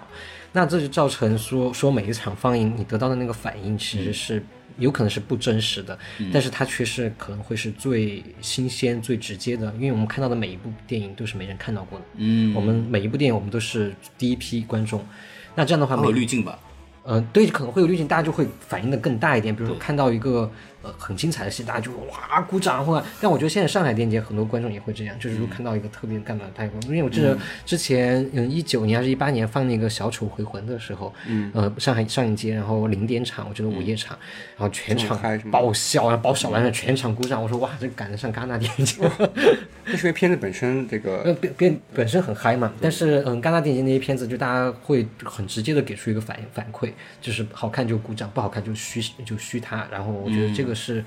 那这就造成说说每一场放映你得到的那个反应其实是、有可能是不真实的，但是它却是可能会是最新鲜、最直接的，因为我们看到的每一部电影都是没人看到过的。嗯，我们每一部电影我们都是第一批观众。那这样的话，它每有滤镜吧？嗯，对，可能会有滤镜，大家就会反应的更大一点。比如说看到一个呃很精彩的戏，大家就哇鼓掌或者。但我觉得现在上海电影节很多观众也会这样，就嗯是如果看到一个特别干嘛，他也会。因为我记得之前嗯一九年还是一八年放那个《小丑回魂》的时候，嗯，呃上海上影节，然后零点场，我觉得午夜场，然后全场嗯嗨是吗嗯爆笑，然后爆笑完了全场鼓掌，我说哇这赶得上戛纳电 影节。那是因为片子本身这个呃，变变本身很嗨嘛，但是嗯，戛纳电影节那些片子，就大家会很直接的给出一个反反馈，就是好看就鼓掌，不好看就嘘就嘘它。然后我觉得这个是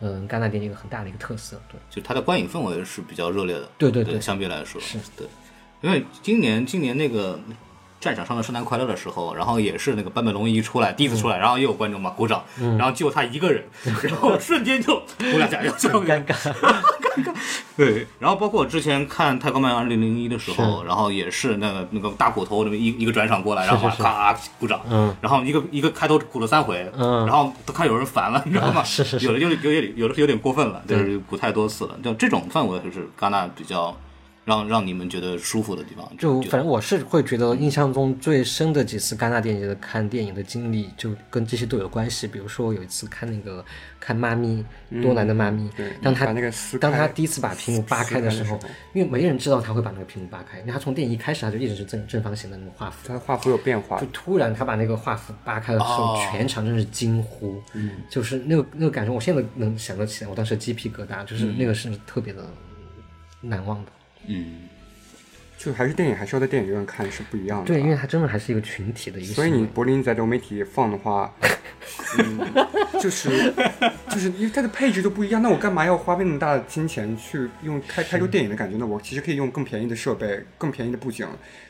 嗯，戛纳电影一个很大的一个特色。对，就它的观影氛围是比较热烈的。对对对对相比来说是对，因为今年今年那个战场上的圣诞快乐的时候，然后也是那个坂本龙一出来第一次出嗯来，然后也有观众嘛鼓掌，然后只有他一 个人，然后瞬间就我俩加油，就尴尬。对，然后包括我之前看《太空漫游二零零一》的时候，然后也是那个那个大骨头那么一一个转场过来，然后是是咔鼓掌，嗯，然后一个一个开头鼓了三回，嗯然后都看有人烦了，你知道吗？啊 是是是有的就是有点有的是有点过分了，就是鼓太多次了，就这种氛围就是戛纳比较让让你们觉得舒服的地方，就觉反正我是会觉得印象中最深的几次戛纳电影节的看电影的经历，就跟这些都有关系。比如说有一次看那个看妈咪多兰的妈咪，嗯对当他把那个撕当他开第一次把屏幕扒撕开的开的时时候候，因为没人知道他会把那个屏幕扒开，因为他从电影一开始他就一直是正正方形的那种画幅。它的画幅有变化就，突然他把那个画幅扒开的时候，哦全场真是惊呼，嗯就是那个那个感受，我现在能想得起来，我当时鸡皮疙瘩，就是那个是特别的难忘的。嗯，就还是电影还是要在电影院看是不一样的。啊对，因为它真的还是一个群体的一个行所为。以你柏林在流媒体放的 话，嗯，就是就是因为它的配置就不一样，那我干嘛要花费那么大的金钱去用开拍出电影的感觉呢？我其实可以用更便宜的设备、更便宜的布景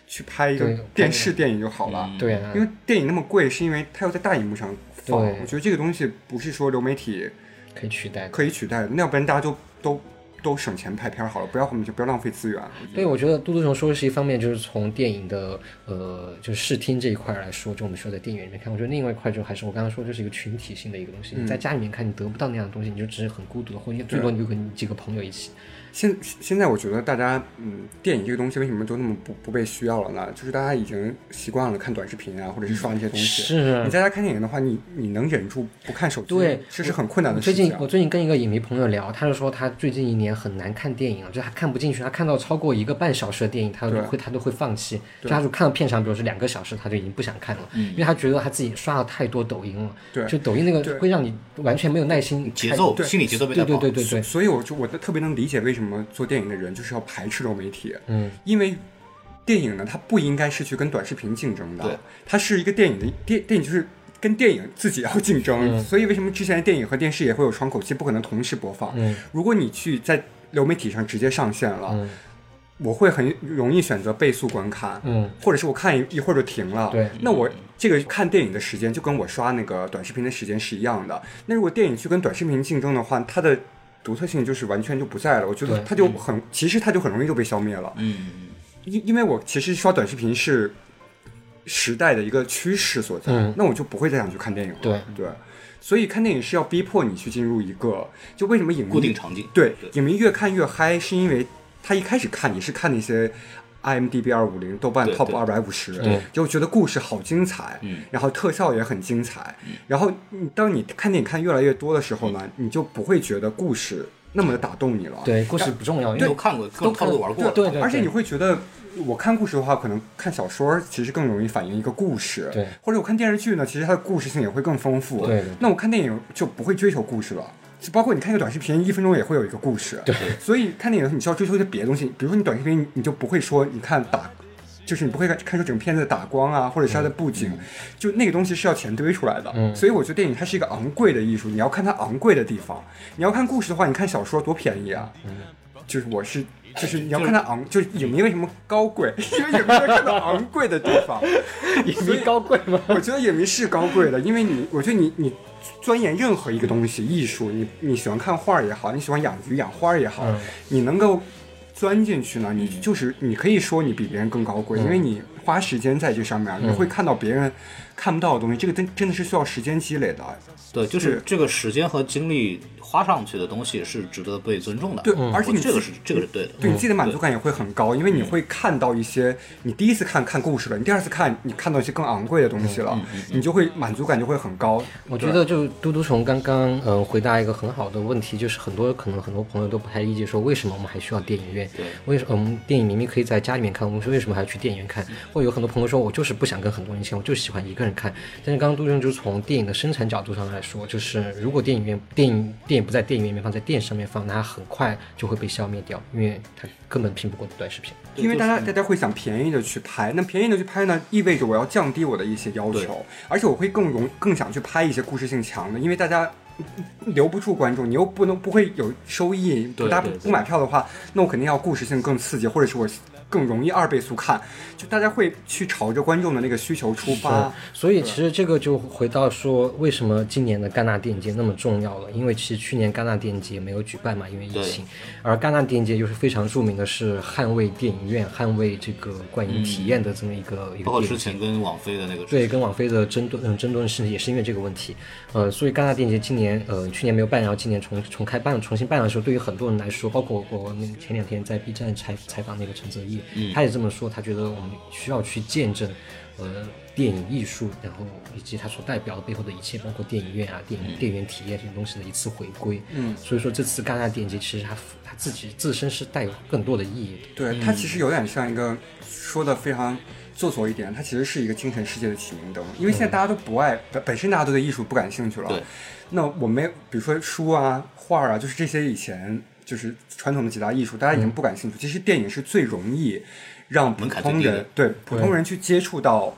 去拍一个对电视电影就好了。嗯对啊，因为电影那么贵，是因为它要在大荧幕上放。对我觉得这个东西不是说流媒体可以取代的。可以取代的，那要不然大家就都都省钱拍片儿好了，不要后面就不要浪费资源啊了。对，我觉得嘟嘟熊说是一方面，就是从电影的呃，就是视听这一块来说，就我们说在电影院里面看，我觉得另外一块就还是我刚刚说，就是一个群体性的一个东西。嗯你在家里面看，你得不到那样的东西，你就只是很孤独的，或者最多你就跟几个朋友一起。现现在我觉得大家，嗯，电影这个东西为什么都那么不不被需要了呢？就是大家已经习惯了看短视频啊，或者是刷那些东西。是你在家看电影的话，你你能忍住不看手机，对这是很困难的最事情近啊。我最近跟一个影迷朋友聊，他就说他最近一年很难看电影了，就他看不进去，他看到超过一个半小时的电影，他都对会他都会放弃，对嗯就他就看到片长，比如说两个小时，他就已经不想看了，因为他觉得他自己刷了太多抖音了，对就抖音那个对会让你完全没有耐心节看奏，对心理节奏被对带对跑。对对对，所以我就我特别能理解为什么做电影的人就是要排斥这种媒体，啊嗯，因为电影呢，它不应该是去跟短视频竞争对的，它是一个电影的电电影就是。跟电影自己要竞争，嗯所以为什么之前的电影和电视也会有窗口期，不可能同时播放？嗯如果你去在流媒体上直接上线了，嗯我会很容易选择倍速观看，嗯，或者是我看一一会儿就停了。对那我这个看电影的时间就跟我刷那个短视频的时间是一样的。那如果电影去跟短视频竞争的话，它的独特性就是完全就不在了。我觉得对它就很，其实它就很容易就被消灭了。嗯，因因为我其实刷短视频是时代的一个趋势所在，嗯那我就不会再想去看电影了。对对，所以看电影是要逼迫你去进入一个，就为什么影迷固定场景。对对，影迷越看越嗨，是因为他一开始看也是看那些 IMDB 二五零、豆瓣嗯对 Top 对二百五十对，就觉得故事好精彩，嗯然后特效也很精彩，然后你当你看电影看越来越多的时候呢，嗯你就不会觉得故事那么的打动你了，对，故事不重要，因都为看过，各种套路玩过了。对对，哦而且你会觉得。我看故事的话，可能看小说其实更容易反映一个故事，对或者我看电视剧呢，其实它的故事性也会更丰富。对对对那我看电影就不会追求故事了，就包括你看一个短视频，一分钟也会有一个故事。对，所以看电影的时候，你需要追求一些别的东西，比如说你短视频，你你就不会说你看打，就是你不会看看出整个片子的打光啊，或者是它的布景，就那个东西是要钱堆出来的。嗯所以我觉得电影它是一个昂贵的艺术，你要看它昂贵的地方。你要看故事的话，你看小说多便宜啊。嗯就是我是。就是你要看它昂，就是影迷为什么高贵？ 因为影迷要看到昂贵的地方。 影迷高贵吗？ 我觉得影迷是高贵的，因为你，我觉得你你钻研任何一个东西，艺术，你你喜欢看画儿也好，你喜欢养鱼养花儿也好，嗯你能够钻进去呢，嗯你就是你可以说你比别人更高贵，因为你花时间在这上面，啊嗯你会看到别人看不到的东西，这个真真的是需要时间积累的。对，就是是这个时间和精力花上去的东西是值得被尊重的。对嗯我而且你这个是嗯这个是对的。嗯对你自己的满足感也会很高，因为你会看到一些你第一次看看故事了，你第二次看你看到一些更昂贵的东西嗯了，你就会满足感就会很高。我对觉得就嘟嘟虫刚刚嗯、呃回答一个很好的问题，就是很多可能很多朋友都不太理解，说为什么我们还需要电影院？对为什呃么我们电影明明可以在家里面看，我们说为什么还要去电影院看？嗯或者有很多朋友说，我就是不想跟很多人一起看，我就喜欢一个人看。但是刚刚嘟嘟虫就从电影的生产角度上来说，就是如果电影院电影电影不在电影院里面放，在电视上面放，那它很快就会被消灭掉，因为它根本拼不过短视频。对因为就大家是大家会想便宜的去拍，那便宜的去拍呢，意味着我要降低我的一些要对求，而且我会更容更想去拍一些故事性强的，因为大家嗯留不住观众，你又不能不会有收益，对不大家对对不买票的话，那我肯定要故事性更刺激，或者是我更容易二倍速看，就大家会去朝着观众的那个需求出发。所以其实这个就回到说，为什么今年的戛纳电影节那么重要了？因为其实去年戛纳电影节没有举办嘛，因为疫情。而戛纳电影节又是非常著名的，是捍卫电影院、捍卫这个观影体验的这么一个、一嗯包括个电影之节。前跟网飞的那个，对，跟网飞的争论，嗯，争论是也是因为这个问题，呃，所以戛纳电影节今年，呃，去年没有办，然后今年重重开办，重新办的时候，对于很多人来说，包括我，我那前两天在 B 站采采访那个陈泽毅，嗯他也这么说，他觉得我们需要去见证，呃，电影艺术，然后以及它所代表的背后的一切，包括电影院啊、电嗯影电影院体验这种东西的一次回归，嗯，所以说这次戛纳电影节其实它它自己自身是带有更多的意义的，嗯对，它其实有点像一个说的非常做作一点，它其实是一个精神世界的启明灯，因为现在大家都不爱本本身大家都对艺术不感兴趣了。嗯对，那我没有比如说书啊、画啊，就是这些以前就是传统的几大艺术，大家已经不感兴趣。其实电影是最容易让普嗯门槛通最低人的对普通人去接触到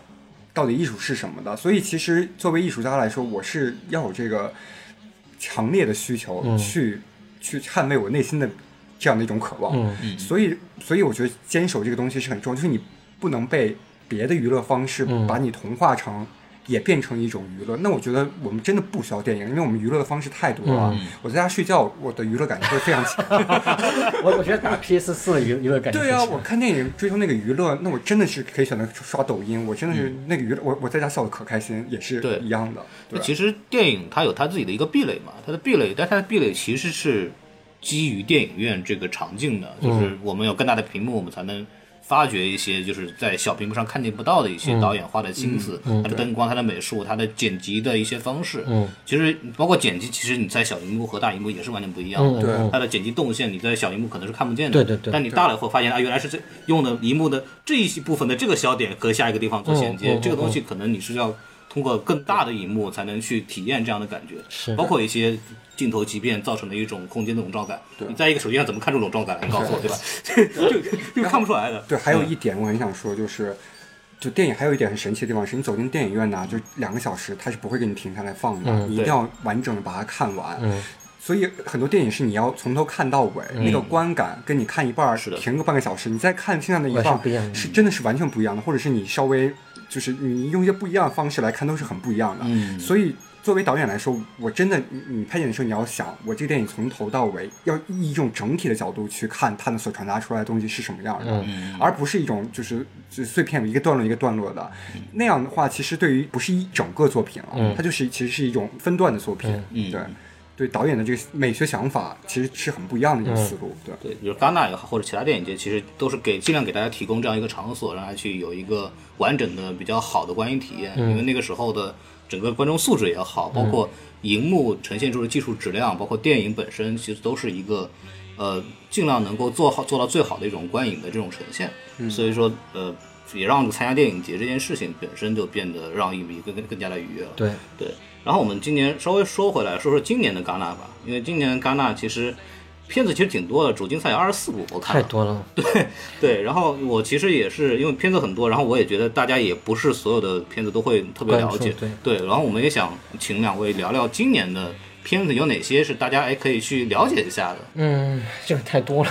到底艺术是什么的，所以其实作为艺术家来说，我是要有这个强烈的需求嗯去、去捍卫我内心的这样的一种渴望。嗯所以，所以我觉得坚守这个东西是很重要，就是你不能被别的娱乐方式嗯把你同化成也变成一种娱乐。那我觉得我们真的不需要电影，因为我们娱乐的方式太多了。我在家睡觉，我的娱乐感会非常强。我我觉得打 PS 四的娱娱乐感觉对啊，很强我看电影追求那个娱乐，那我真的是可以选择刷抖音，我真的是那个娱乐，我我在家笑的可开心，也是对一样的。对吧，其实电影它有它自己的一个壁垒嘛，它的壁垒，但它的壁垒其实是基于电影院这个场景的，就是我们有更大的屏幕，我们才能发掘一些就是在小屏幕上看见不到的一些导演花的心思，它的灯光、它的美术、它的剪辑的一些方式。嗯，其实包括剪辑，其实你在小荧幕和大荧幕也是完全不一样的。嗯对嗯它的剪辑动线，你在小荧幕可能是看不见的。对对对但你大了以后发现啊，原来是这用的荧幕的这一部分的这个小点和下一个地方做衔接，嗯嗯嗯这个东西可能你是要通过更大的荧幕才能去体验这样的感觉，是包括一些镜头畸变造成的一种空间的笼罩感。你在一个手机上怎么看出笼罩感来？你告诉 我，对吧？这这个这个看不出来的。对，还有嗯一点我很想说，就是，就电影还有一点很神奇的地方是，你走进电影院呢，就两个小时，它是不会给你停下来放的，嗯你一定要完整的把它看完。所以很多电影是你要从头看到尾，嗯那个观感跟你看一半儿的停个半个小时，你再看剩下的一完全半儿不一样是真的是完全不一样的，或者是你稍微就是你用一些不一样的方式来看都是很不一样的。嗯所以作为导演来说，我真的你你拍电影的时候你要想，我这个电影从头到尾要以一种整体的角度去看它的所传达出来的东西是什么样的，嗯而不是一种就是就碎片一个段落一个段落的那样的话，其实对于不是一整个作品了，啊它就是其实是一种分段的作品，嗯对。对导演的这个美学想法，其实是很不一样的一种思路，对。对，比如戛纳也好，或者其他电影节，其实都是给尽量给大家提供这样一个场所，让大家去有一个完整的、比较好的观影体验。因为那个时候的整个观众素质也好，包括荧幕呈现出的技术质量，包括电影本身，其实都是一个呃尽量能够做好做到最好的一种观影的这种呈现。嗯所以说，呃，也让参加电影节这件事情本身就变得让影迷更更更加的愉悦了。对，对，然后我们今年稍微说回来，说说今年的戛纳吧，因为今年戛纳其实片子其实挺多的，主竞赛有二十四部，我看太了。多了，对，然后我其实也是因为片子很多，然后我也觉得大家也不是所有的片子都会特别了解关注，然后我们也想请两位聊聊今年的片子有哪些是大家哎可以去了解一下的，嗯，这个太多了，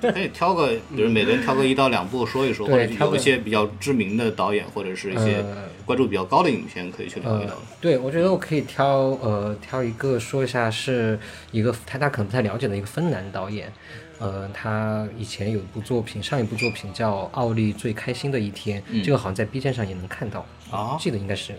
对，可以挑个，比如每个人挑个一到两部说一说，或嗯对者是挑有个一些比较知名的导演或者是一些呃关注比较高的影片可以去聊一呃聊。， 对，我觉得我可以挑呃挑一个说一下，是一个他他可能不太了解的一个芬兰导演，呃，他以前有一部作品，上一部作品叫《奥利最开心的一天》，这个好像在 B 站上也能看到，啊记得应该是。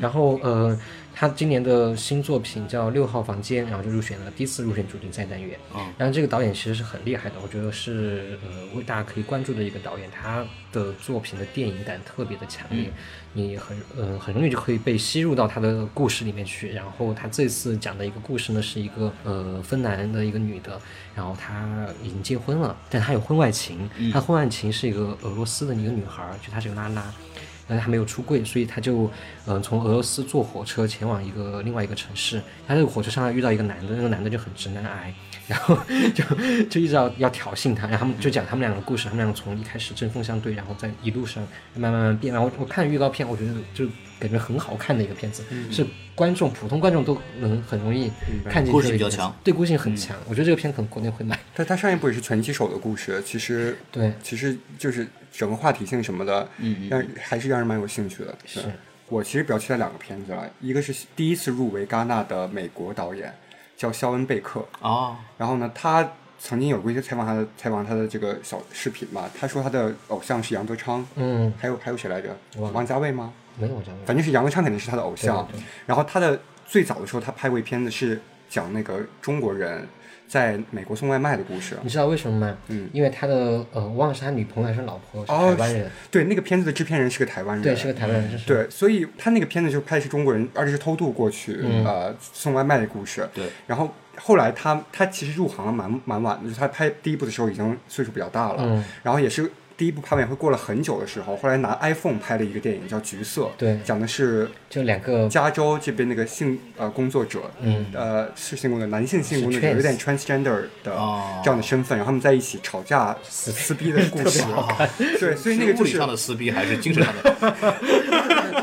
然后呃，他今年的新作品叫《六号房间》，然后就入选了第一次入选主竞赛单元。然后这个导演其实是很厉害的，我觉得是呃为大家可以关注的一个导演，他的作品的电影感特别的强烈，你很呃很容易就可以被吸入到他的故事里面去。然后他这次讲的一个故事呢，是一个呃芬兰的一个女的，然后她已经结婚了，但她有婚外情，她婚外情是一个俄罗斯的一个女孩儿，就她是个拉拉。但是他没有出柜，所以他就嗯、呃从俄罗斯坐火车前往一个另外一个城市。他在火车上遇到一个男的，那个男的就很直男癌，然后就就一直要要挑衅他，然后他们就讲他们两个故事，他们两个从一开始针锋相对，然后在一路上慢慢慢慢变。然后我我看预告片，我觉得就感觉很好看的一个片子，是观众普通观众都能很容易看进去的故事比一个片子，较强对故事性很强。我觉得这个片可能国内会买，但它上一部也是拳击手的故事，其实对，其实就是整个话题性什么的，嗯，让还是让人蛮有兴趣的。是我其实比较期待两个片子啊，一个是第一次入围戛纳的美国导演叫肖恩贝克，哦，然后呢，他曾经有过一些采访他的采访他的这个小视频嘛，他说他的偶像是杨德昌，嗯，还有还有谁来着？王家卫吗？没有这样的，反正是杨德昌肯定是他的偶像。然后他的最早的时候，他拍过一片子是讲那个中国人在美国送外卖的故事。你知道为什么吗？嗯，因为他的呃，我忘了是他女朋友还是老婆，是哦台湾人，对，那个片子的制片人是个台湾人，对，是个台湾人，就是对，所以他那个片子就拍的是中国人，而且是偷渡过去、呃送外卖的故事。对，然后后来他他其实入行了蛮蛮晚的，就是他拍第一部的时候已经岁数比较大了，然后也是第一部拍完也会过了很久的时候，后来拿 iPhone 拍了一个电影叫《橘色》，对讲的是就两个加州这边那个性呃工作者，嗯，呃是性工作者，男性性工作者，是 trans 有点 transgender 的哦这样的身份，然后他们在一起吵架撕逼的故事，对，所以那个物就理是上的撕逼还是精神上 的？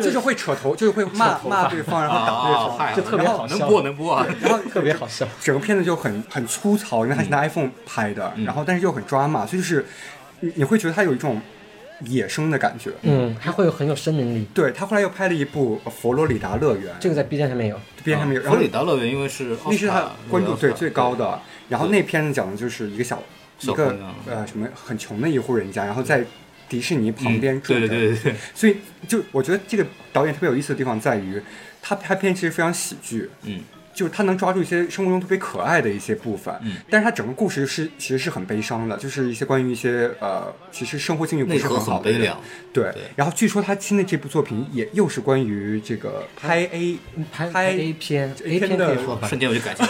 就是会扯头，就是会 骂骂对方，然后打对啊，方，嗨，就特别然后好能笑播能播啊！然后特别好笑，整个片子就很很粗糙，因为它是拿 iPhone 拍的，然后但是又很抓马，所以就是你你会觉得它有一种野生的感觉。嗯，它会有很有生命力。对他后来又拍了一部《佛罗里达乐园》，这个在 B 站上面有，边上面有，然哦后佛罗里达乐园，因为是奥那是斯他卡关注奥斯对卡最高的。然后那片子讲的就是一个小一小个姑娘呃什么很穷的一户人家，然后在迪士尼旁边住着。嗯对对对对对，所以就我觉得这个导演特别有意思的地方在于，他拍片其实非常喜剧，嗯，就是他能抓住一些生活中特别可爱的一些部分，嗯，但是他整个故事是其实是很悲伤的，就是一些关于一些呃，其实生活境遇不 内是核好很的悲人，凉，对对。然后据说他新的这部作品也又是关于这个拍 A 拍拍 A 片 A 片可以的说吧，瞬间我就感 觉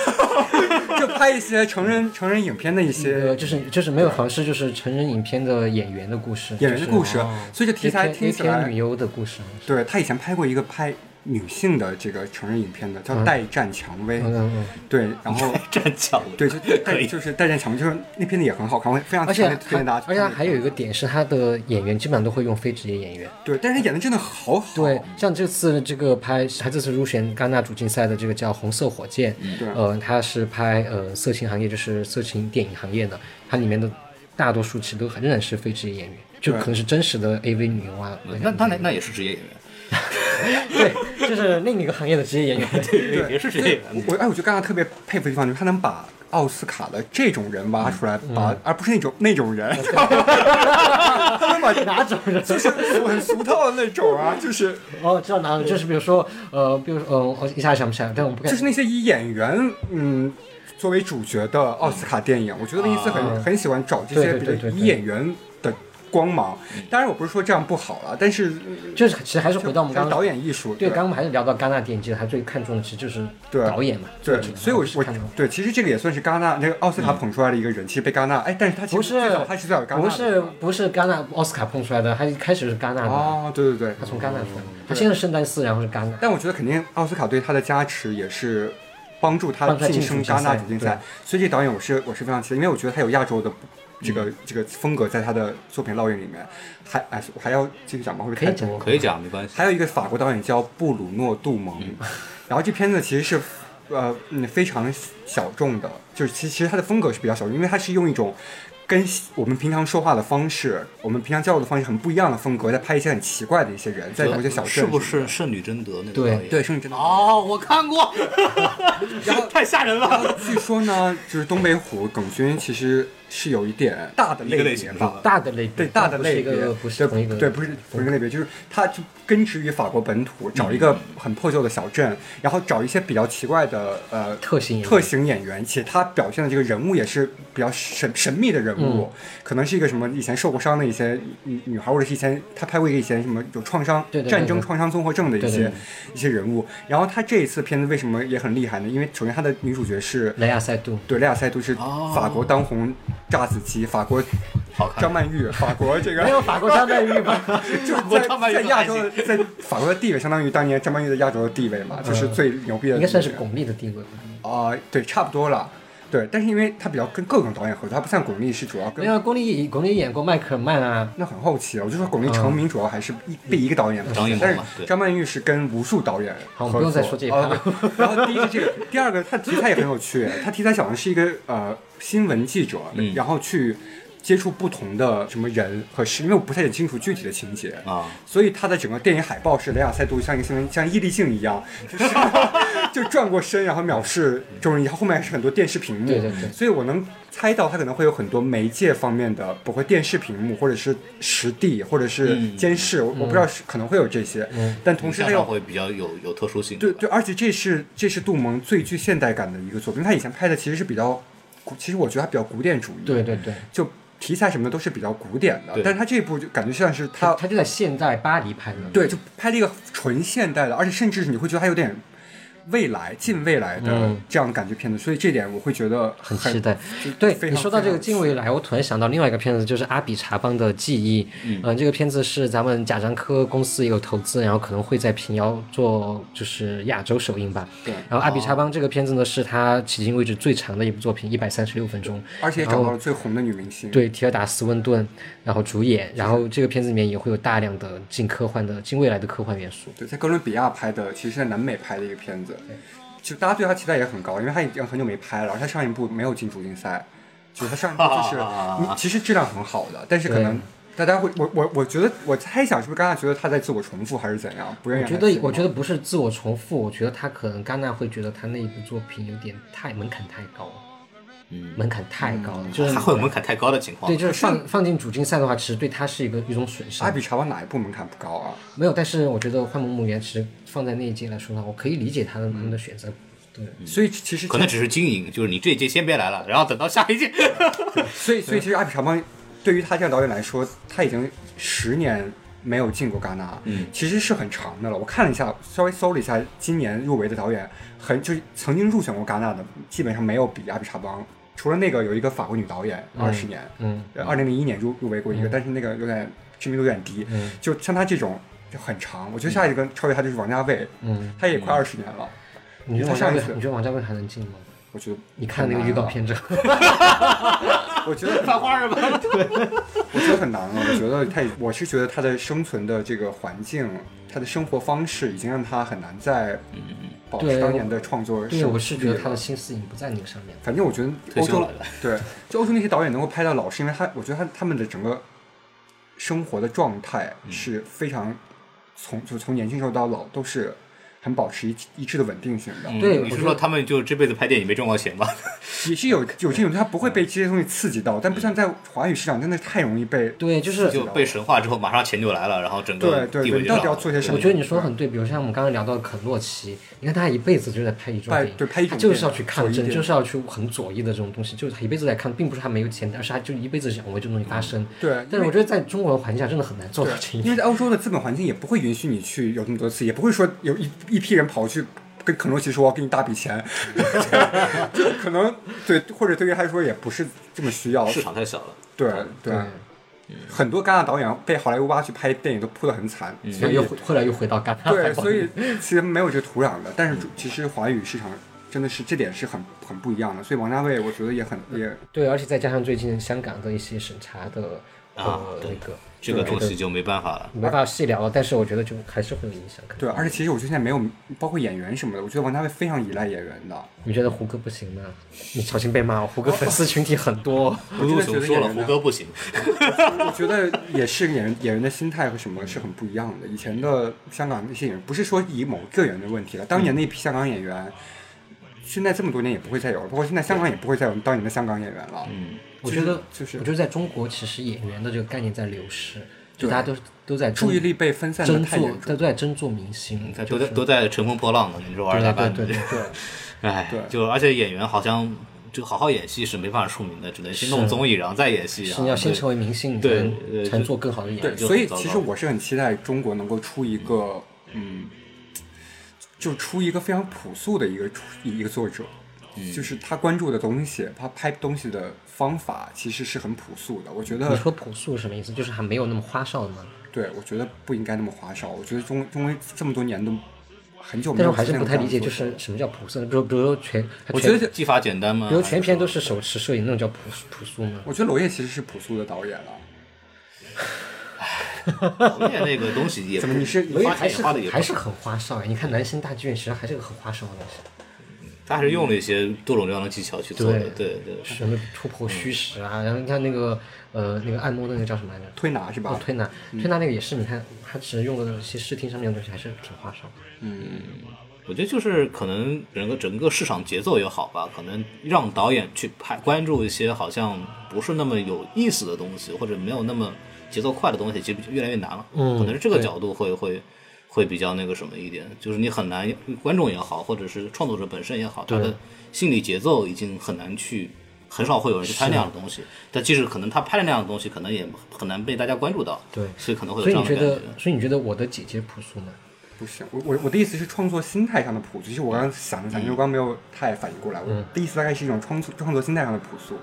就拍一些成人成人影片的一呃，些就是就是没有房事，就是成人影片的演员的故事，演员的故事，事，所以这题材 A 听哦片起 A 片来女，优的故事，好像是对他以前拍过一个拍女性的这个成人影片的，叫《代战蔷薇》，嗯嗯嗯。对，然 后。站巧了。对，就可带以就是带战强，就是那片子也很好看，我非常而强且烈推荐大哦还家去看那而个。且还有一个点是，他的演员基本上都会用非职业演员。对，但是他演的真的好好。对，像这次这个拍，他这次入选戛纳主竞赛的这个叫《红色火箭》，嗯对呃，他是拍呃色情行业，就是色情电影行业的，它里面的大多数其实都仍然是非职业演员，就对嗯可能是真实的 AV 女优啊。那那那那也是职业演员，对，就是另一个行业的职业演员。对，也是职业演我员。我哎，我觉得戛纳特别佩服的地方就是他能把奥斯卡的这种人挖出来，嗯把而不是那种那种 人， 他能把 哪种人？就是很俗套的那种啊，就是哦，知道哪种，就是比如说，呃，比如说，呃，我一下想不起来，但我不敢。就是那些以演员嗯作为主角的奥斯卡电影，我觉得威尼斯很、啊很喜欢找这些对比对较对对对嗯以演员的光芒。当然，我不是说这样不好了，但是就是其实还是回到我们就刚是刚导演艺术对，刚刚还是聊到戛纳电影节，他最看重的其实就是对啊导演嘛。对作者，嘛所以我嗯是我看重对，其实这个也算是戛纳那个奥斯卡捧出来的一个人，其实被戛纳哎，但是他其实不是最早他是最早有戛纳的啊不是不是戛纳奥斯卡碰出来的，他一开始是戛纳的，哦，对对对他，从戛纳出来的，他先是圣丹斯，然后是戛纳。但我觉得肯定奥斯卡对他的加持也是帮助他帮他晋进升入戛纳决赛主竞赛，所以这导演我是我是非常期待，因为我觉得他有亚洲的。这嗯个这个风格在他的作品烙印里面，还哎我还要继续讲吗？会不会太可以讲多？可以讲没关系。还有一个法国导演叫布鲁诺·杜蒙，嗯然后这片子其实是呃嗯非常小众的，就是其其实它的风格是比较小众，因为它是用一种跟我们平常说话的方式、我们平常交流的方式很不一样的风格，在拍一些很奇怪的一些人，在某些小镇，是不？是圣女贞德那个对导演？对，，是真的。哦，我看过，太吓人然了。后据说呢，就是东北虎耿军其实是有一点大的一个类类型别是吧吧，大的类别，对大的不是类一别个不是同一个，对不是不是一个类别，就是他就根植于法国本土，找一个嗯很破旧的小镇，然后找一些比较奇怪的呃特型演员特型演员，且他表现的这个人物也是比较神神秘的人物，嗯可能是一个什么以前受过伤的一些女女孩，或者是以前他拍过一个以前什么有创伤对对对战争对创伤综合症的一对对些对一些人物。然后他这一次片子为什么也很厉害呢？因为首先他的女主角是雷亚 塞杜，对雷亚塞杜是哦法国当红炸子鸡，法国好看张曼 玉，法国这个没有法国张曼玉 吧？就是国在张曼玉在亚都洲的，在法国的地位，相当于当年张曼玉在亚洲的地位嘛，就是最牛逼的那个人，嗯应该算是巩俐的地位吧。啊、对，差不多了。对，但是因为他比较跟各种导演合作，他不像巩俐是主要没跟。有巩俐，巩俐演过迈克尔曼啊，那很好奇，我就说巩俐成名嗯主要还是一被一个导演捧张艺谋嘛但对是张曼玉是跟无数导演好合作。我们不用再说这一趴啊对然后第一是这个，第二个他题材也很有趣，他题材讲的是一个呃新闻记者，嗯然后去接触不同的什么人和事，因为我不太清楚具体的情节啊，所以他的整个电影海报是雷亚塞杜像一个新闻，像伊丽静一样， 就是就转过身，然后藐视众人，然后后面还是很多电视屏幕，对对对所以我能猜到他可能会有很多媒介方面的，包括电视屏幕，或者是实地，或者是嗯监视，我我不知道是可能会有这些，但同时向他上又会比较有有特殊性。对对对，吧，而且这是这是杜蒙最具现代感的一个作品，因为他以前拍的其实是比较古，其实我觉得他比较古典主义，对，对对，就题材什么的都是比较古典的对，但是他这部就感觉像是他他就在现代巴黎拍的，对，就拍了一个纯现代的，而且甚至你会觉得它有点未来、近未来的嗯这样的感觉片子，所以这点我会觉得很很期待就。对非常你说到这非个常近未来，我突然想到另外一个片子，就是《阿比查邦的记忆》。嗯、这个片子是咱们贾樟柯公司有投资，然后可能会在平遥做就是亚洲首映吧。对然后《阿比查邦》这个片子呢，是他迄今为止最长的一部作品，一百三十六分钟。而且也找到了最红的女明星。对，提尔达·斯温顿，然后主演，然后这个片子里面也会有大量的近科幻的、近未来的科幻元素。对，在哥伦比亚拍的，其实是在南美拍的一个片子，就大家对他期待也很高，因为他已经很久没拍了，而他上一部没有进主竞赛，就是他上一部就是你其实质量很好的，但是可能大家会，我我我觉得，我猜想是不是戛纳觉得他在自我重复，还是怎样？不愿意让我觉他得进，我觉得不是自我重复，我觉得他可能戛纳会觉得他那一部作品有点太门槛太高，嗯，门槛太高了，就是还会有门槛太高的情况。对，就是放放进主竞赛的话，其实对他是一个一种损阿伤。比查旺哪一部门槛不高啊？没有，但是我觉得《幻梦墓园》其实放在那一届来说的话，我可以理解他的他们的选择。对，所以其实可能只是经营，就是你这一届先别来了，然后等到下一届。所以所以其实阿比查邦对于他这样导演来说，他已经十年没有进过戛纳，嗯，其实是很长的了。我看了一下，稍微搜了一下，今年入围的导演很就是曾经入选过戛纳的，基本上没有比阿比查邦。除了那个有一个法国女导演，二十年，呃嗯，二零零一年入入围过一个，但是那个有点知名度有点低，嗯就像他这种就很长。我觉得下一个超越他就是王家卫，嗯，他也快二十年了，你觉得王家卫他上一次你觉得王家卫还能进吗？我觉得你看那个预告片之后，我觉得翻花是吧？我觉得很难了。我觉得他，我是觉得他的生存的这个环境，他的生活方式已经让他很难再保持对当年的创作对，手我是觉力得他了的心思已经不在那个上面了。反正我觉得退欧休洲了对，就欧洲那些导演能够拍到老，是因为他，我觉得他他们的整个生活的状态是非常从就从年轻时候到老都是很保持一一致的稳定性的，对你我是觉说得他们就这辈子拍电影没挣过钱吗？也是有有这种他不会被这些东西刺激到，但不像在华语市场真的太容易被对，就是就被神化之后，马上钱就来了，然后整个对对地对位你就到底上要了做些什么我觉得你说的很对，比如像我们刚刚聊到的肯洛奇，你看他一辈子就在拍一种拍电影，对拍一种他就是要电影去抗左翼争，电就是要去很左翼的这种东西，就是他一辈子在抗，并不是他没有钱，而是他就一辈子想为这种东西发声。对，但是我觉得在中国的环境下真的很难做到这嗯对，一因点。为在欧洲的资本环境也不会允许你去有那么多次，也不会说有一一批人跑去跟肯洛奇说我给你大笔钱，就可能对，或者对于他来说也不是这么需要。市场太小了。对对，很多戛纳导演被好莱坞挖去拍电影都扑得很惨，所所以以又回后来又回到戛纳 对，拍广告，所以其实没有这个土壤的。但是主其实华语市场真的是这点是很很不一样的，所以王家卫我觉得也很也对，而且再加上最近香港的一些审查的啊呃对那个，这个东西就没办法了。没办法细聊了，但是我觉得就还是会有影响。可能对，而啊且其实我觉得现在没有包括演员什么的，我觉得王家卫非常依赖演员的。你觉得胡歌不行吗？你小心被骂哦，胡歌粉丝群体很多。哦不入熊说了，胡歌不行。我觉得也是演员演员的心态和什么是很不一样的。以前的香港那些演员，不是说以某个人的问题了，当嗯年那批香港演员，现在这么多年也不会再有了，包括现在香港也不会再有当年的香港演员了。嗯，我觉得，就是我觉得在中国，其实演员的这个概念在流失，就大家都都在争注意力被分散的争太做严，重都在争做明星，嗯在就都是在都在乘风破浪呢，你说玩儿对大对半对的对对，对哎对，就而且演员好像就好好演戏是没办法出名的，只能先弄综艺，然后再演戏啊。是你要先对成为明星，你才对能对才能就做更好的演对，员。就所以很糟糕其实我是很期待中国能够出一个，嗯，就出一个非常朴素的一个出一个作者，嗯就是他关注的东西，他拍东西的方法其实是很朴素的。我觉你 嗯得，说朴素是什么意思？就是还没有那么花哨的嘛。对我觉得不应该那么花哨。我觉得中中国这么多年都很久没但有是我还出是现不过太这样理的作解，就者是什么叫朴素呢？比如比如说全，我觉得全这，技法简单吗？比如还全篇说都是手持摄影，那种叫朴素朴素吗？我觉得娄烨其实是朴素的导演了。导演那个东西 也怎么你是所以花还钱也是花的也很不还是很花哨哎！你看南星大剧院，其实还是个很花哨的东西。他还是用了一些多种多样的技巧去做的，对对对对。什么突破虚实啊，然后你看那个呃那个按摩的那个叫什么来着？推拿是吧？哦，推拿，推拿那个也是，你看他其实用的一些视听上面的东西还是挺花哨的。我觉得就是可能整个整个市场节奏也好吧，可能让导演去拍关注一些好像不是那么有意思的东西，或者没有那么节奏快的东西，其实越来越难了。嗯可能是这个对角度会会会比较那个什么一点，就是你很难观众也好，或者是创作者本身也好，他对的心理节奏已经很难去。很少会有人去拍那样的东西，但即使可能他拍的那样的东西，可能也很难被大家关注到，对所以可能会有所这样以你的觉感得，所以你觉得我的姐姐朴素吗？不行，我我我的意思是创作心态上的朴素。其实我刚刚想嗯了想，因为我刚没有太反应过来，我的意思大概是一种创作创作心态上的朴素。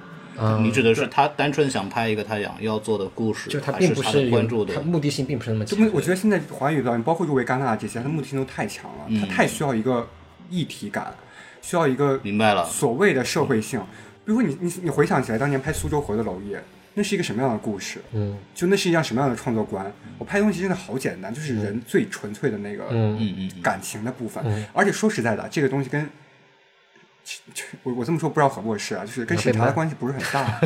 你指的是他单纯想拍一个他想要做的故事，就他还并是不他是的有关注的他目的性并不是那么就强目，我觉得现在华语导演，包括入围戛纳这些，他的目的性都太强了，嗯他太需要一个议题感，需要一个明白了，所谓的社会性。比如说你你你回想起来当年拍《苏州河》的娄烨，那是一个什么样的故事？嗯就那是一样什么样的创作观？我拍东西真的好简单，就是人最纯粹的那个嗯嗯嗯，感情的部分。而且说实在的，这个东西跟我我这么说不知道合不合适啊，就是跟审查的关系不是很大，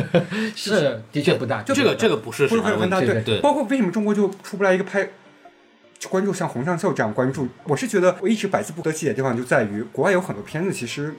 是的确不大，这个这个不是不是很大。对对对包括为什么中国就出不来一个拍关注像洪尚秀这样关注，我是觉得我一直百思不得其解的地方就在于，国外有很多片子其实。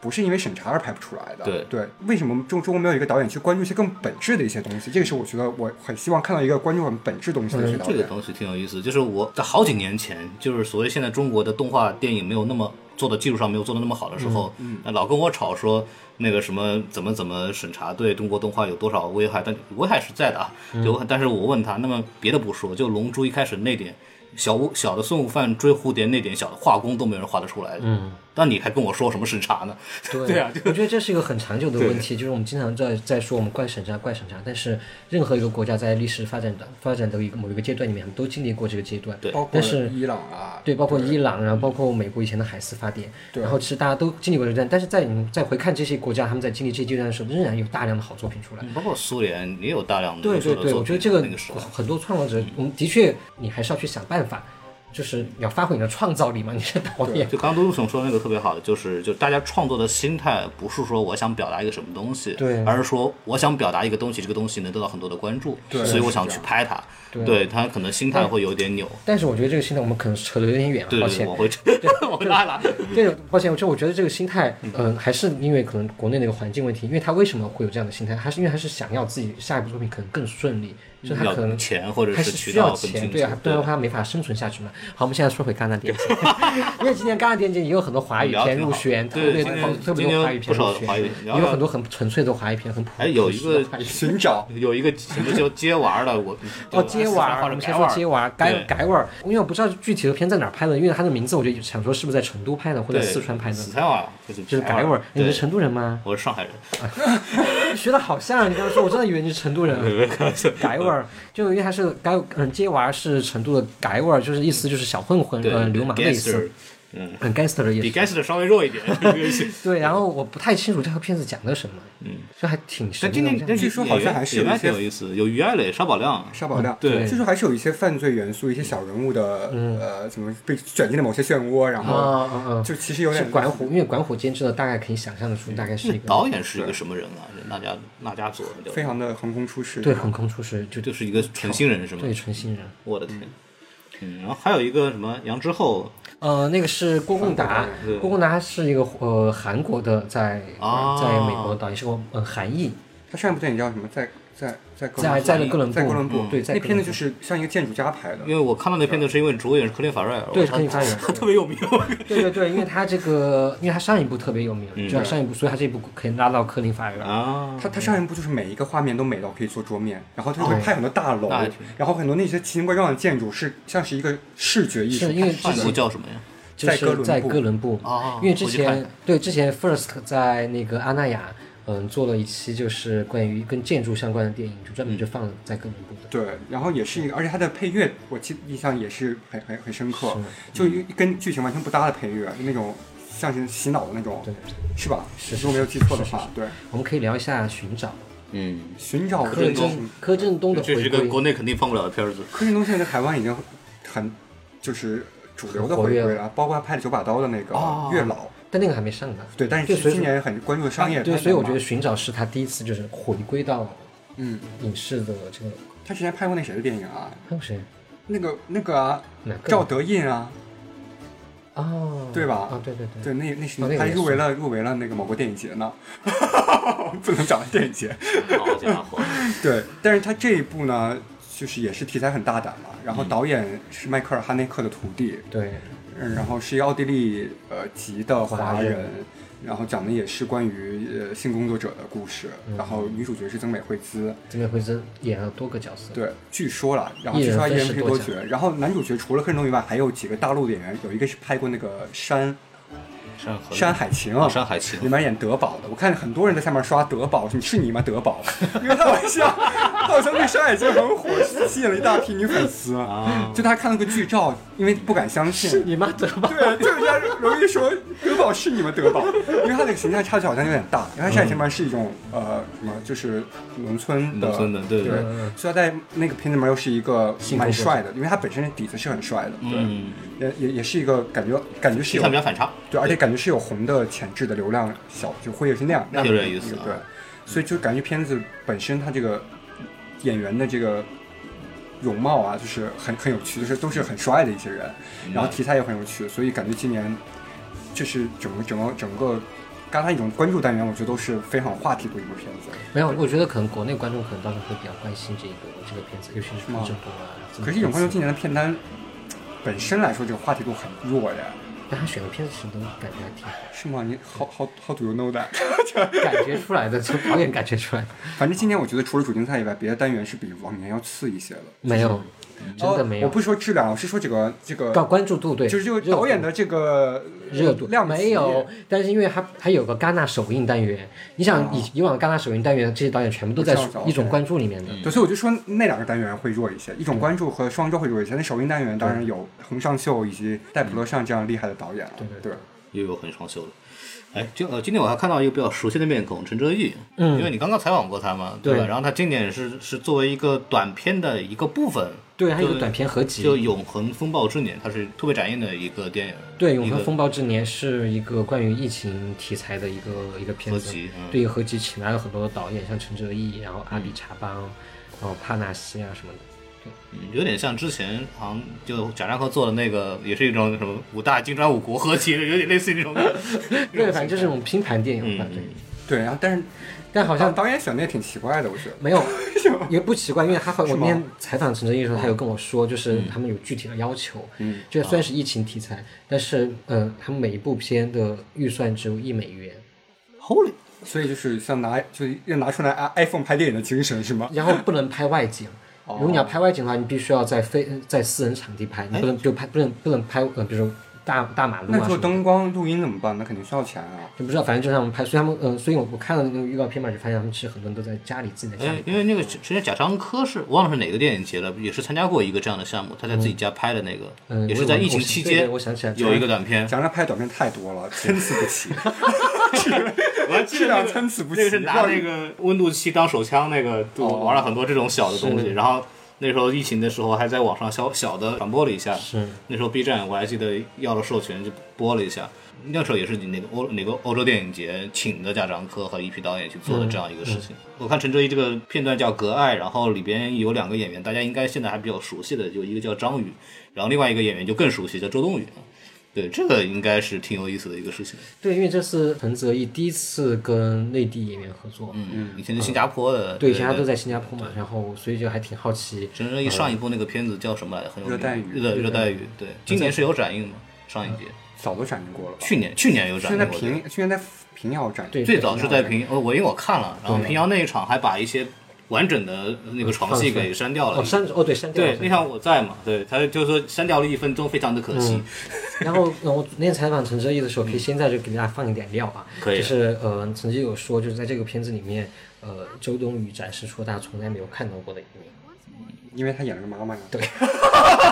不是因为审查而拍不出来的，对为什么中中国没有一个导演去关注一些更本质的一些东西？这个是我觉得我很希望看到一个关注很本质东西的一些导嗯这个演。东西挺有意思，就是我在好几年前，就是所谓现在中国的动画电影没有那么做的技术上没有做的那么好的时候，那老跟我吵说那个什么怎么怎么审查对中国动画有多少危害，但危害是在的啊，就我但是我问他，那么别的不说，就《龙珠》一开始那点小悟小的孙悟饭追蝴蝶那点小的画工都没有人画得出来，嗯，但你还跟我说什么审查呢？对啊，我觉得这是一个很长久的问题，就是我们经常在在说我们怪审查、怪审查，但是任何一个国家在历史发展的发展的一个某一个阶段里面，他们都经历过这个阶段。对包括但是伊朗啊，对，包括伊朗，然后包括美国以前的海斯法典，对然后其实大家都经历过这个阶段，但是在你再回看这些国家，他们在经历这些阶段的时候，仍然有大量的好作品出来。包括苏联也有大量的对优秀对的对，作我觉品啊得这个那个时候。很多创作者，我们的确你还是要去想办法，就是你要发挥你的创造力嘛，你是导演。就刚刚都陆总说那个特别好，就是就大家创作的心态不是说我想表达一个什么东西，对而是说我想表达一个东西，这个东西能得到很多的关注，对所以我是想这去样拍它，对他可能心态会有点扭，但是我觉得这个心态我们可能扯得有点远了，对对，抱哎歉。往 回 往回拉拉，这种抱歉，就我觉得这个心态，嗯、还是因为可能国内那个环境问题，因为他为什么会有这样的心态，还是因为他是想要自己下一部作品可能更顺利，就是他可要能钱或者还是渠需要道更钱，清楚，对啊，不然的话他没法生存下去嘛。好，我们现在说回戛 纳电影节，因为今年戛纳电影节也有很多华语聊得片挺入好选，对对今对，年特今别多年华语片不少入选，华语聊也有聊很多很纯粹的华语片，很朴哎有朴一实的个华语片寻找有一个什么叫接娃儿的，我哦，接娃儿，或我者们改先说娃接儿，娃儿，改对改娃儿，因为我不知道具体的片在哪儿拍的，因为它的名字我就想说是不是在成都拍的或者对，四川拍的，四川娃就是哎就是改娃娃儿儿。你是对成都人吗？我是上海人， 学的好像啊，你刚刚说，我真的以为你是成都 人。改味儿，就因为他是改，嗯，街娃儿是成都的改味儿，就是意思就是小混混，对，嗯，流氓的意思 gangster，，嗯，很 gangster 的比意思。 gangster 稍微弱一点， 这个对，然后我不太清楚这条片子讲的什么，嗯，就还挺神但的。今年这样但据说好像还是有演员一些挺有意思，有于爱磊、沙宝亮，沙宝亮，对据说还是有一些犯罪元素，一些小人物的、呃，怎么被卷进了某些漩涡，然后嗯啊啊啊！就其实有是点管虎，因为管虎监制的，大概可以想象得出，大概是一 个导演是一个什么人啊？那家那家佐就非常的横空出世。对横空出世，就就是一个纯新人是吗？对纯新人。我的天，嗯，然后还有一个什么杨之后呃，那个是郭共达韩，国的郭共达是一个呃韩国的，在啊在美国的导演是个呃韩裔，他上一部电影叫什么？在在在哥伦布在在哥伦布，嗯在哥伦布，对，在那哥片伦子布就是像一个建筑家拍的因。为我看到那片子是因为主演是克林法瑞尔，对我操克林法瑞尔他特别有名，对对对，因为他这个，因为他上一部特别有名，嗯就像上一部，所以他这一部可以拉到科林法尔。啊，他他上一部就是每一个画面都美到可以做桌面，然后他哦就会拍很多大楼，那还挺然后很多那些奇形怪状的建筑是像是一个视觉艺术是拍的，因为上一部叫什么呀？就在哥伦是布啊在哥伦布哦，因为之我去看前对之前 First 在那个阿那亚，嗯，做了一期就是关于跟建筑相关的电影，就专门就放了在哥伦布的。对，然后也是一个，而且它的配乐我记印象也是很很很深刻，就一跟剧情完全不搭的配乐，就那种像是洗脑的那种，是吧？是如果没有记错的话，对，我们可以聊一下《寻找》，嗯，寻找柯这东种震柯震东的这是回个国归，内肯定放不了的片子，柯震东现在在台湾已经很就是主流的很活回跃归了，包括他拍的《九把刀》的那个哦月老，但那个还没上呢。对，但对是所以啊今年很关注商业，对，所以我觉得《寻找》是他第一次就是回归到嗯，影视的这个，他之前拍过那谁的电影啊？还有谁？那个那个啊哪，个赵德胤啊，哦，对吧啊，对对对。对，那那是哦那个他也入围是了入围了那个某个电影节呢， 不能讲电影节。好家伙，对，但是他这一部呢，就是也是题材很大胆嘛。然后嗯导演是迈克尔·哈内克的徒弟，对，嗯，然后是一个奥地利呃籍的华华人，人然后讲的也是关于呃性工作者的故事。然后女主角是曾美惠孜，这边惠兹演了多个角色，对，据说啦，然后一据人说她一分人饰配多多角角。然后男主角除了柯震东以外，还有几个大陆的演员，有一个是拍过那个《山山河山海情》啊哦山海情里面演德宝的，我看很多人在下面刷德宝，你是你吗？德宝，因为他好像他好像对《山海经》很火，吸引了一大批女粉丝。啊，就他看了个剧照，因为不敢相 信。是你妈得吧？对，啊就是人家容易说德宝是你们德宝，因为他那个形象差距好像有点大。因为他陕西面是一种呃什么，就是农村的，农村的对对对嗯所以他在那个片子里面又是一个幸福蛮的帅的，因为他本身的底子是很帅的，对，嗯，也也也是一个感觉感觉是形有象比较反差，对，而且感觉是有红的潜质的流量小，就辉夜是那样，那有点意思啊对，所以就感觉片子本身它这个演员的这个容貌啊，就是很很有趣，就是都是很帅的一些人，嗯然后题材也很有趣，所以感觉今年就是整个整个整个。刚才一种关注单元，我觉得都是非常有话题度一部片子。没有，我觉得可能国内观众可能当时会比较关心这个这个片子，尤其是吗郑波啊。这种可是永片宽子中今年的片单本身来说，这个话题度很弱呀，但他选的片子其实都感觉还挺好，是吗？你 how how how do you know that？感觉出来的，从导演感觉出来的，反正今年我觉得除了主竞赛以外，别的单元是比往年要次一些的。没有，真的哦没有我。不是说质量，我是说这个这个，关关注度对，就是这个热度导演的这个热度量级没有，但是因为它还有个戛纳首映单元，你想以以往戛纳首映单元这些导演全部都在哦不知道嗯一种关注里面的，对，所以我就说那两个单元会弱一些，一种关注和双周会弱一些。那首映单元当然有横上秀以及戴普勒上这样厉害的导演了，对对又有很双休了。哎，今呃，今天我还看到一个比较熟悉的面孔陈哲艺，嗯，因为你刚刚采访过他嘛，对吧？对然后他今年是是作为一个短片的一个部分，对，还有一就个短片合就《集，永恒风暴之年》，它是突围展映的一个电影，对，《一永个恒风暴之年》是一个关于疫情题材的一个一个片合子，集，嗯，对，一个合集请来了很多导演，像陈哲艺，然后阿比查邦，然后帕纳西啊什么的，嗯有点像之前好像就贾樟柯做的那个，也是一种什么五大金砖五国合集，有点类似于那种。对，反正就是这种拼盘电影吧，嗯对，对。然后但是但好好像像导演选的也挺奇怪的，我觉得。 没有，也不奇怪，因为他后我是那吗天采访陈正义的时候，他有跟我说，就是嗯他们有具体的要求，嗯，就虽然是疫情题材，但是呃，他们每一部片的预算只有一美元， Holy，所以就是像拿就是要拿出来 i- iPhone 拍电影的精神是吗？然后不能拍外景。如果你要拍外景的话，你必须要在非在私人场地拍，你不能就拍不能不能拍呃，比如说大大马路那啊做什么的。灯光录音怎么办？那肯定需要钱啊。就不知道，反正就让他们拍，所以他们，嗯、所以我我看了那个预告片嘛，就发现他们其实很多人都在家里自己在家哎里， 因为那个之前贾樟柯是忘了是哪个电影节了，也是参加过一个这样的项目，他在自己家拍的那个，嗯，也我是在我疫情我期对对间我想起来有一个短片，讲他拍短片太多了，参差不齐。我还记得那质量参差个不齐那个是拿那个温度计当手枪，那个就玩了很多这种小的东西。然后那时候疫情的时候，还在网上小小的传播了一下。是那时候 B 站我还记得要了授权就播了一下。那时候也是哪个欧哪个欧洲电影节请的贾樟柯和一批导演去做的这样一个事情。我看陈哲一这个片段叫《隔爱》，然后里边有两个演员，大家应该现在还比较熟悉的，就一个叫张宇，然后另外一个演员就更熟悉，叫周冬雨。对，这个应该是挺有意思的一个事情。对，因为这是陈泽艺第一次跟内地演员合作，嗯，嗯，以前是新加坡的，对，以对前他都在新加坡嘛，然后所以就还挺好奇，陈正义上一部那个片子叫什么来着？很有嗯名热带雨热热带雨。对，今年是有展映吗？上一届，早都展映过了吧？去年去年有展现映在过的。嗯平现在平遥展映对最早是在平，呃我因为我看了，然后平遥那一场还把一些完整的那个床戏给删掉哦了。删哦对删掉了对，那场我在嘛，对，他就是说删掉了 一分钟，非常的可惜。然后，嗯，我那天采访陈哲艺的时候，可以现在就给大家放一点料啊。可以就是，呃，陈哲艺有说，就是在这个片子里面，呃，周冬雨展示出大家从来没有看到过的一面。因为他演了个妈妈呀。对，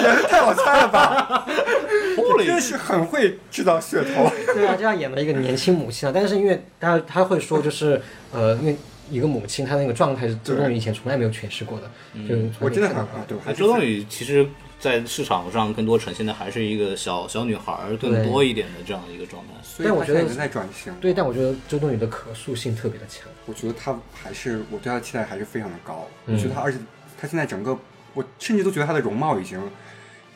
演的太好猜了 吧？真 Holy，是很会制造噱头。对啊，这样演了一个年轻母亲啊。但是因为他他会说，就是，呃，因为一个母亲她那个状态是周冬雨以前从来没有诠释过的，就嗯我真的很很啊，对，我还周冬雨其实，在市场上更多呈现的还是一个小小女孩儿更对多一点的这样一个状态。所以但我他觉现得在已经在转型。对，但我觉得周冬雨的可塑性特别的强。我觉得他还是我对他的期待还是非常的高。嗯我觉得他，而且他现在整个，我甚至都觉得他的容貌已经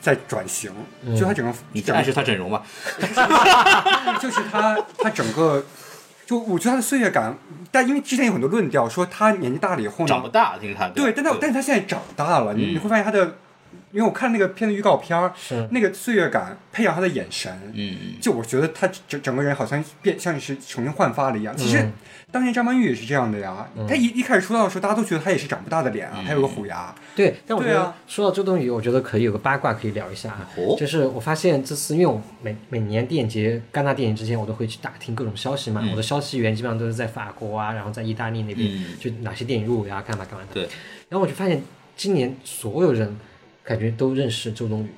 在转型，嗯就他整个，你在整暗示她整容吧？就是他他整个。就我觉得他的岁月感，但因为之前有很多论调说他年纪大了以后呢，长不大，听他的。对，但他但是他现在长大了，你你会发现他的，因为我看那个片的预告片儿，那个岁月感配上他的眼神，嗯，就我觉得他整整个人好像变像是重新焕发了一样。其实嗯当年张曼玉也是这样的呀，她一一开始出道的时候，大家都觉得她也是长不大的脸啊，还嗯有个虎牙，对，但我觉对得啊说到周冬雨，我觉得可以有个八卦可以聊一下啊。哦就是我发现这次，因为我每每年电影节、戛纳电影之前，我都会去打听各种消息嘛。我的消息源基本上都是在法国啊，然后在意大利那边，嗯就哪些电影入围啊，干嘛干嘛的。对，然后我就发现，今年所有人感觉都认识周冬雨，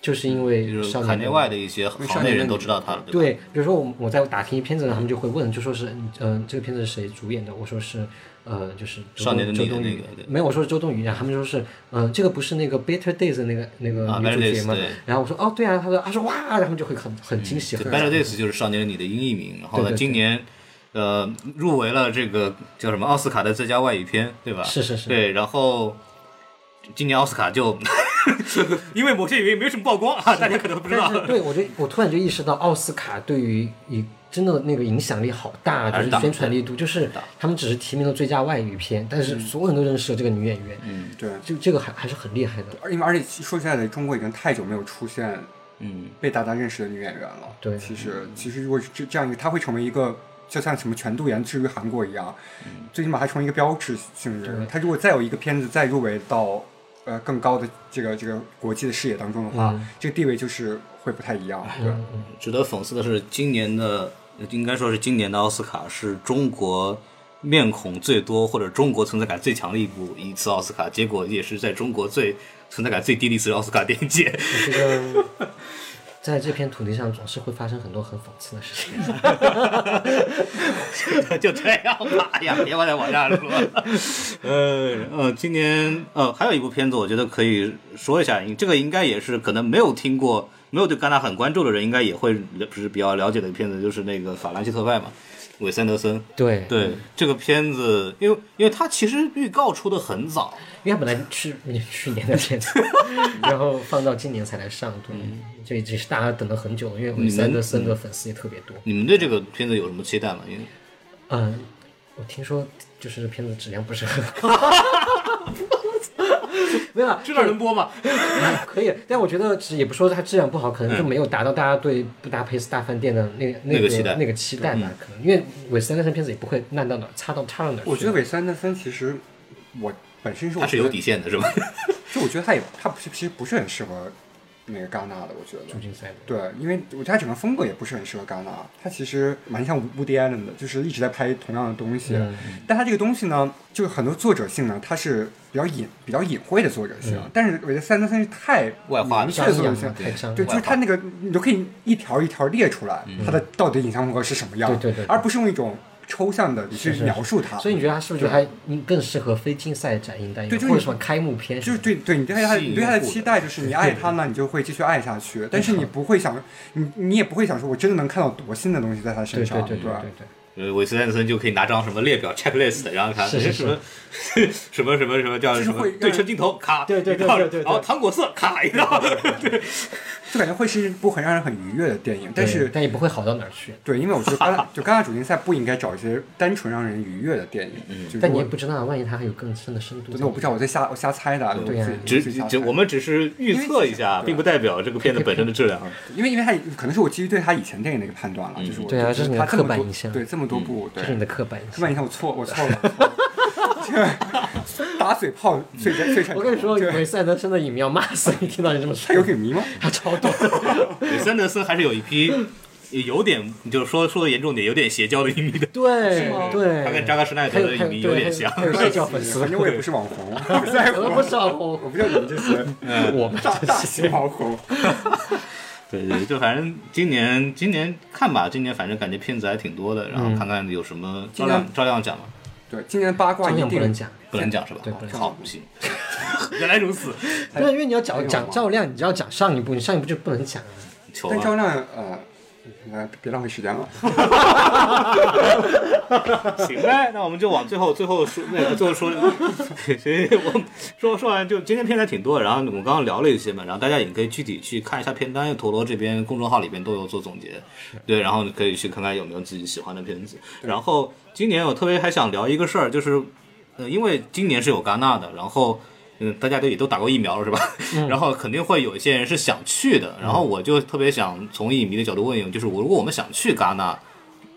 就是嗯因就为是少海年内人外的一些行内人都知道他了，吧？对，比如说我我在打听一片子，他们就会问，就说是嗯、呃这个片子是谁主演的？我说是呃，就是周少年的周你的冬那雨个。对没有，我说是周冬雨，然后他们就说是嗯、呃这个不是那个 Better Days 的那个那个啊女主，Better 角 Days，吗对？然后我说哦对啊，他说他说哇，然后他们就会很很惊喜，对很，Better Days 就是少年的你的英译名，然后对呢，对对今年呃入围了这个叫什么奥斯卡的最佳外语片，对吧？是是是对，然后今年奥斯卡就 因为某些原因没什么曝光啊，大家可能不知道但。是对我就我突然就意识到，奥斯卡对于一真的那个影响力好大，还就是是大嗯宣传力度，就是他们只是提名了最佳外语片，但是所有人都认识了这个女演员，嗯，对，就这个还还是很厉害的。而因为而且说实在的，中国已经太久没有出现 嗯，被大家认识的女演员了。对其实其实如果是这这样一个，她会成为一个就像什么全度妍之于韩国一样，最起码她成为一个标志性人物。她如果再有一个片子再入围到呃更高的这个这个国际的视野当中的话，这个地位就是会不太一样。对，值得讽刺的是，今年的应该说是今年的奥斯卡是中国面孔最多或者中国存在感最强的一部一次奥斯卡，结果也是在中国最存在感最低的一次奥斯卡电影节。 这个在这片土地上总是会发生很多很讽刺的事情。 就这样吧，哎呀，别往再往下说了。呃呃，今年呃还有一部片子，我觉得可以说一下，这个应该也是可能没有听过、没有对戛纳很关注的人，应该也会了是比较了解的一个片子，就是那个《法兰西特派》嘛，韦斯安德森。对，对、这个片子，因为因为它其实预告出的很早，因为它本来去去年的 片子，然后放到今年才来上，对，嗯这也是大家等了很久，因为韦斯安德森的粉丝也特别多。你们对这个片子有什么期待吗？因为嗯，我听说就是片子质量不是很好。 没有啊， 知道能播吗？可以，但我觉得其实也不说它质量不好，可能就没有达到大家对布达佩斯大饭店的那个那那个个期待嗯那个期待吧。可能因为韦斯安德森片子也不会烂到哪儿，差到差到哪儿去。我觉得韦斯安德森其实我本身是我它是觉有得底线的，是 吧？就我觉得他也他不是其实不是很适合那个戛纳的，我觉得主。竞赛的对，因为我觉得他整个风格也不是很适合戛纳，他其实蛮像乌迪艾伦的，就是一直在拍同样的东西。嗯但他这个东西呢，就是很多作者性呢，它是比较隐、比较隐晦的作者嗯性。但是韦德三德森是太外化的明确的张作者扬嘛性，太张扬对，就是他那个你都可以一条一条列出来，它的到底影像风格是什么样，嗯对对对对而不是用一种抽象的去描述它。所以你觉得它是不是就还嗯更适合非竞赛展映单元，对就是或者你什么开幕片什就是么的？对对你对他吸引你对他的用户的期待就是你爱他呢，你就会继续爱下去，但是你不会想你你也不会想说我真的能看到多新的东西在他身对对上，对对吧？对对。呃，韦斯安德森就可以拿张什么列表 checklist，然后看是是哎什么什么什 么什么叫就是什么会让对称镜头卡，对对对一道对对对然后糖果色卡一道，对，就感觉会是一部很让人很愉悦的电影，但是对。但也不会好到哪儿去。对，因为 我觉得戛纳就戛纳主竞赛不应该找一些单纯让人愉悦的电影，嗯，但你也不知道，万一它还有更深的深度。那我不知道，我在瞎我瞎猜的啊，对我呀自己 只自己瞎只猜我们只是预测一下，对并不代表这个片子本身的质 量。啊因为因为他可能是我基于对他以前电影的一个判断了，就是我对啊就这是你他的这么刻板多印象嗯对这么多部，这对是你的刻板印刻板象。印象我错我 错了，我错了这个打嘴炮最最最擅长嗯我跟你说，这个韦斯安德森的影迷要骂死你，听到你这么他说哎有，影迷吗？他超多。 韦斯安德森还是有一批有点，就是说说的严重点，有点邪教的影迷的，对对，他跟扎克施耐德的影迷有点像。还有还有还有社交粉丝，反正我也不是网红，啊我不在乎，我不是网红我不知道你们这 些嗯我们大大这型些网红。对对，就反正今年今年看吧，今年反正感觉片子还挺多的，然嗯后看看有什么照今年亮照亮讲嘛， 对，今年八卦照一样不能定讲。不能讲是吧？对不能讲好，不行， 原来 如此，对，因为你要还讲有讲吗照亮，你就要讲上一部，你上一部就不能讲啊。求但啊张亮呃，呃，别浪费时间了。行呗，那我们就往最后最后说那个 最后说，行，我说说完就今天片单挺多的，然后我们刚刚聊了一些嘛，然后大家也可以具体去看一下片单，因为陀螺这边公众号里边都有做总结，对，然后你可以去看看有没有自己喜欢的片子。然后今年我特别还想聊一个事儿，就是呃，因为今年是有戛纳的，然后嗯，大家都也都打过疫苗了，是吧？ 然后肯定会有一些人是想去的，然后我就特别想从影迷的角度问一问，就是我如果我们想去戛纳，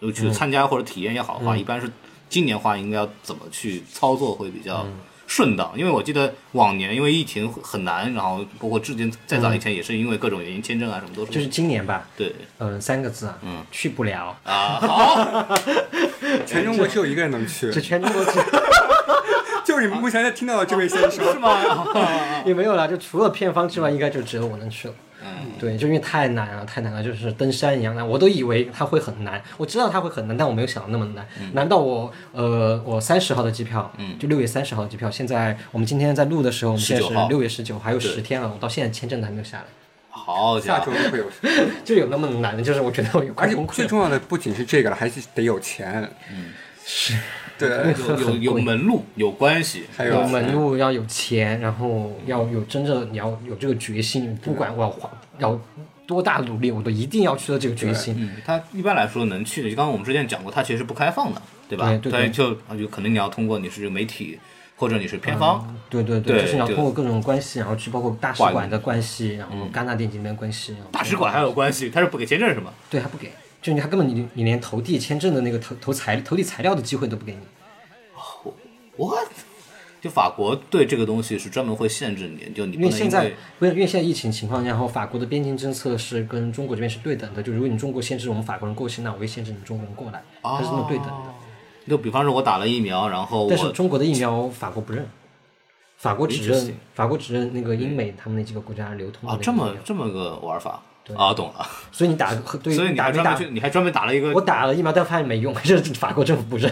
就去参加或者体验也好的话，一般是今年话应该要怎么去操作会比较顺当？因为我记得往年因为疫情很难，然后包括之前再早以前也是因为各种原因，签证啊什么都是就是今年吧，对嗯，三个字啊，嗯，去不了。啊，好，全中国只有一个人能去，这全中国只就是你们目前在听到的这位 先生，是吗？也没有啦，就除了片方之外，应该就只有我能去了。对，就因为太难了，太难了，就是登山一样难。我都以为它会很难，我知道它会很难，但我没有想到那么难。难道我呃，我三十号的机票，就六月三十号的机票，现在我们今天在录的时候，我们现在是19号六月十九，还有对十天了，我到现在签证都还没有下来， 好下家周伙，就会有。就有那么难的，就是我觉得我有而快且崩溃最了。重要的不仅是这个了，还是得有钱。嗯，是，对，有 有有门路，有关系，还有有门路，要有钱，然后要有真正你要有这个决心，不管我要花要多大努力，我都一定要取得这个决心。嗯，它一般来说能去的，就刚刚我们之前讲过，它其实是不开放的，对吧？哎对对对它就啊就可能你要通过你是媒体或者你是片方，对对对就是你要对通过各种关系，然后去包括大使挂馆你的关系，然后戛纳电影节那边关系，然后大使馆还有关系，它是不给签证是吗？对他不给，就你他根本你你连投递签证的那个投投材投递材料的机会都不给你。 what？就法国对这个东西是专门会限制你，就你因不为能现在不是因为现在疫情情况下，然后法国的边境政策是跟中国这边是对等的，就如果你中国限制我们法国人过去，那我也限制你中国人过来，哦它是那么对等的。就比方说我打了疫苗，然后但是我中国的疫苗法国不认，法国只 Interesting 认法国只认那个英美他们那几个国家流通的啊那个这疫么苗这么个玩法啊，懂了。所以你打和对，所以你打还你专打门去，你还专门打了一个我打了疫苗，但发现没用， 这是法国政府 不认。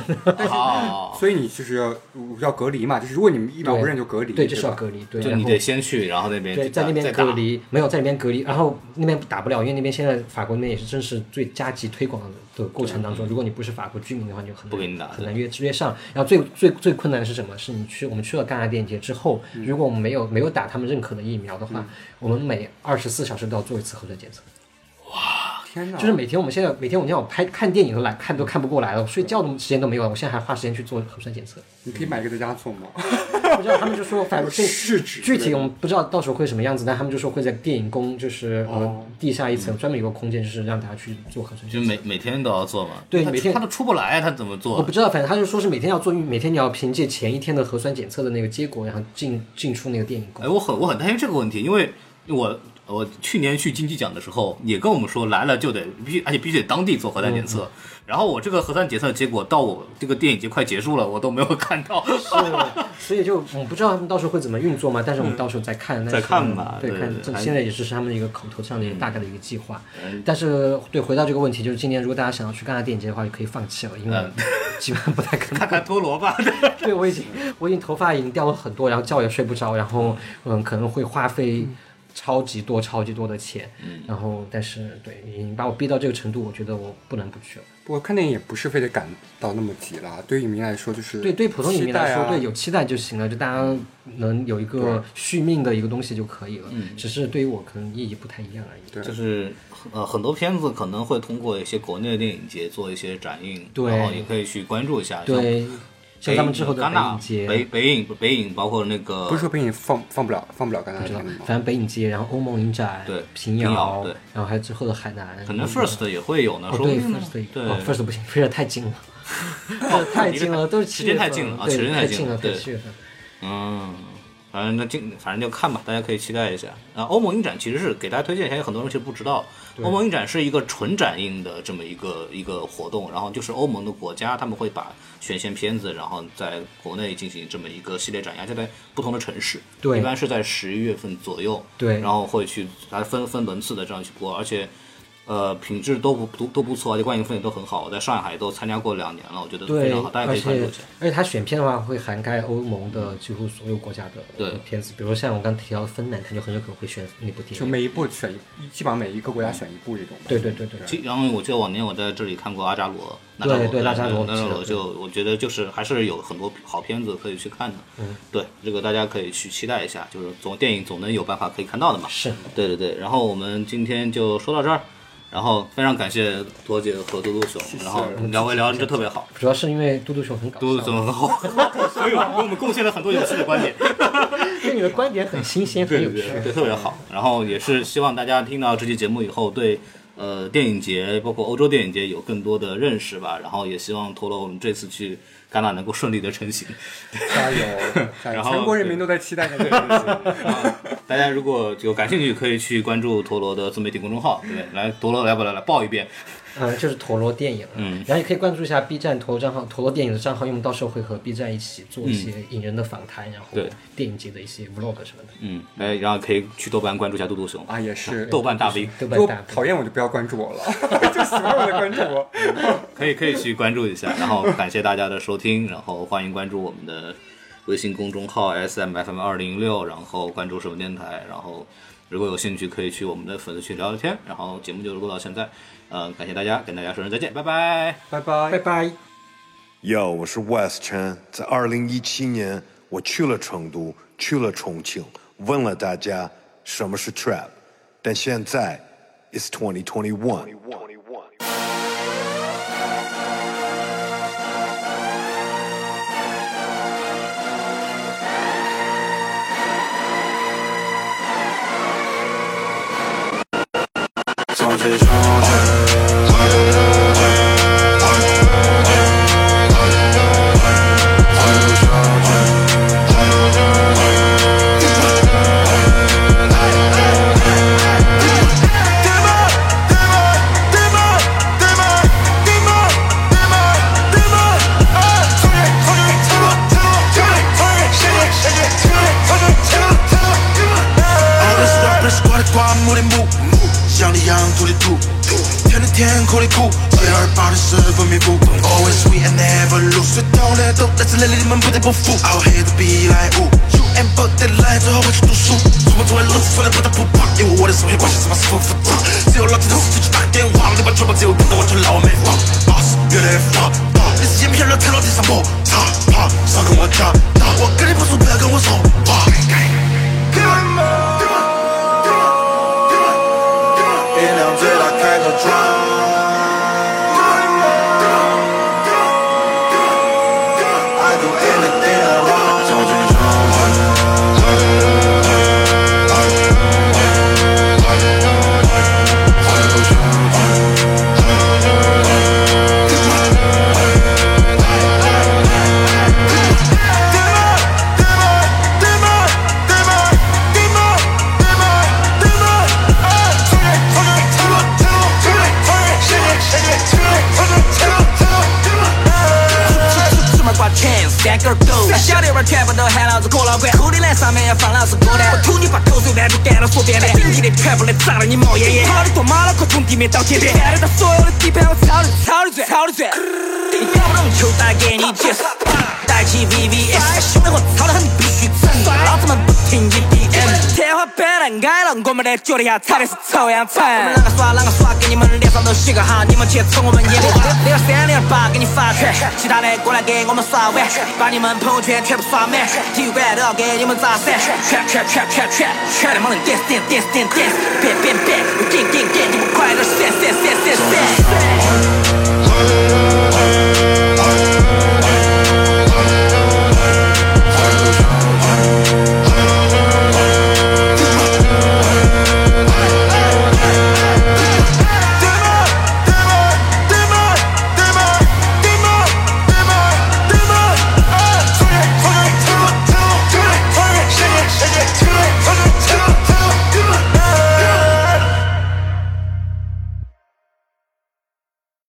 哦，所以你就是要要隔离嘛，就是如果你们疫苗不认就隔离，对，就是吧要隔离，对，就然你后得先去，然后那边对去在打那再边打隔离，没有在那边隔离，然后那边打不了，因为那边现在法国那边也是正是最加急推广的过程当中，如果你不是法国居民的话，你就很难不给你打很难约约上。然后最最最困难的是什么？是你去我们去了戛纳电影节之后，嗯如果我们没有没有打他们认可的疫苗的话，我们每二十四小时都要做一次核酸检测。天哪，就是每天我们现在每天我像我拍看电影都来看都看不过来了，我睡觉的时间都没有了，我现在还花时间去做核酸检测。你可以买一个在家做吗？不知道他们 就说，反正这试纸具体我们不知道到时候会什么样子，但他们就说会在电影宫，就是呃地下一层专门有个空间，就是让大家去做核酸就检测。每每天都要做嘛。对他每天他都出不来，他怎么我做？啊不知道，反正他就说是每天要做，因为每天你要凭借前一天的核酸检测的那个结果，然后进进出那个电影 宫哎，。我很我很担心这个问题，因为我我去年去金鸡奖的时候也跟我们说，来了就得必须，而且必须得当地做核酸检测。嗯然后我这个核酸检测结果到我这个电影节快结束了，我都没有 看 到。是，所以就我不知道他们到时候会怎么运作嘛，但是我们到时候再看，但是再看吧对，对看对这还嗯哎现在也只是他们的一个口头上的一个大概的一个计划。但是对，回到这个问题，就是今年如果大家想要去戛纳电影节的话，就可以放弃了，因为嗯基本上不太可能看看菠萝吧， 对，我已经我已经头发已经掉了很多，然后觉也睡不着，然后嗯，可能会花费超级多、超级多的钱，嗯然后但是对，已经把我逼到这个程度，我觉得我不能不去了。不过看电影也不是非得赶到那么急啦。对于你们来说，就是对对，普通影迷期来说，待啊对有期待就行了，就大家能有一个续命的一个东西就可以了。嗯只是对于我可能意义不太一样而已。对 就是呃很多片子可能会通过一些国内的电影节做一些展映，对然后也可以去关注一下。像对，像北他们之后的戛北纳影节，北北影北影包括那个不是说被你放放不了放不了橄榄不知球道吗，？反正北影节，然后欧盟影展，对平平遥对然后还有之后的海南，可能 First 也会有呢，哦，说不对定呢，first 对、哦，first 不行，first 太近了， 太近了，都是时七间月太份了，近了啊时对，间太太近了了，对七月份。嗯，反正那进，反正就看吧，大家可以期待一下。啊，欧盟影展其实是给大家推荐一下，有很多人其实不知道，欧盟影展是一个纯展映的这么一个一个活动，然后就是欧盟的国家他们会把选选片子，然后在国内进行这么一个系列展映，而且在不同的城市，对一般是在十一月份左右，对然后会去来分分轮次的这样去播，而且。呃，品质都不都都不错，而且观影氛围都很好。我在上海都参加过两年了，我觉得非对，常好，大家可而以且关注一下。而且它选片的话会涵盖欧盟的几乎所有国家对的片子，比如像我刚提到的芬兰，它就很有可能会选那部电就影。每一部选一，基本上每一个国家选一部这种吧。对对对对，其然后我记得往年我在这里看过阿扎罗，纳扎罗对对拉扎罗纳扎罗是的就我觉得就是还是有很多好片子可以去看的。嗯，对，这个大家可以去期待一下，就是总电影总能有办法可以看到的嘛。是，对对对，然后我们今天就说到这儿，然后非常感谢多姐和嘟嘟熊，然后聊一聊真的特别好，主要是因为嘟嘟熊很搞嘟嘟笑，熊很好，所以我给我们贡献了很多有趣的观点。对你的观点很 新鲜，很有趣。对，特别好。然后也是希望大家听到这期节目以后，对呃电影节，包括欧洲电影节有更多的认识吧。然后也希望陀螺我们这次去戛纳能够顺利的成型。 加 油！加油然后全国人民都在期待着这个事情。大家如果就感兴趣，可以去关注陀螺的自媒体公众号，对不对？来，陀螺来不来来报一遍？ 嗯，就是陀螺电影，嗯，然后也可以关注一下 B 站陀螺账号，陀螺电影的账号，因为我们到时候会和 B 站一起做一些影人的访谈，然后嗯对电影节的一些 vlog 什么的，嗯，哎，然后可以去豆瓣关注一下杜杜熊，啊，也 是。豆瓣大 V，如豆瓣果大 V 讨厌我就不要关注我了， 就喜欢我的关注我。可以可以去关注一下。然后感谢大家的收听，然后欢迎关注我们的微信公众号 S M F M 二零六，然后关注什么电台，然后如果有兴趣可以去我们的粉丝群聊聊天。然后节目就录到现在，嗯、感谢大家，跟大家说声再见，拜拜。拜拜拜。拜。 Yo，我是 West Chen，在二零一七年我去了成都，去了重庆，问了大家什么是 trap，但现在 it's twenty twenty one。从最初的。Always sweet and never lose. 最到来都来自雷里，你们不得不服。Out here to be like who? You and but that lie，最后会去读书。从不作为 loser，从来不得不怕，因为我的手艺关系是把师傅辅助。只有老子的死去打电话，你把 trouble 只有等到我全老没放。Boss，越来越放大，你是烟片热，踩到地上摩擦，怕少跟我长大。我跟你不熟，不要跟我说话。Come on, come on, come on, come on, come on. 音量最大，开着窗。I do anything I want。想去闯关。三根狗，咱小弟玩全部都喊老子郭老倌，后的栏上面也放老子歌单，我吐你把口水烂都干到左边的，顶级的全部都砸到你冒烟烟，跑的多马脑壳从地面到天边，看得到所有的底盘我操的操的转操的转，你搞不懂就打给你解释，带起 VVS，兄弟伙操的很必须整，老子们不听 EDM，天花板的矮了，我们的脚底下踩的是臭氧层，我们啷个耍啷个耍，给你们脸上都洗个哈，你们去冲我们眼里，零三零八给你发拳，其他的过来给我们耍完，把你们朋友圈全部刷满，体育馆都要给你们砸散，全全全全全全他妈的 dance dance dance dance dance，别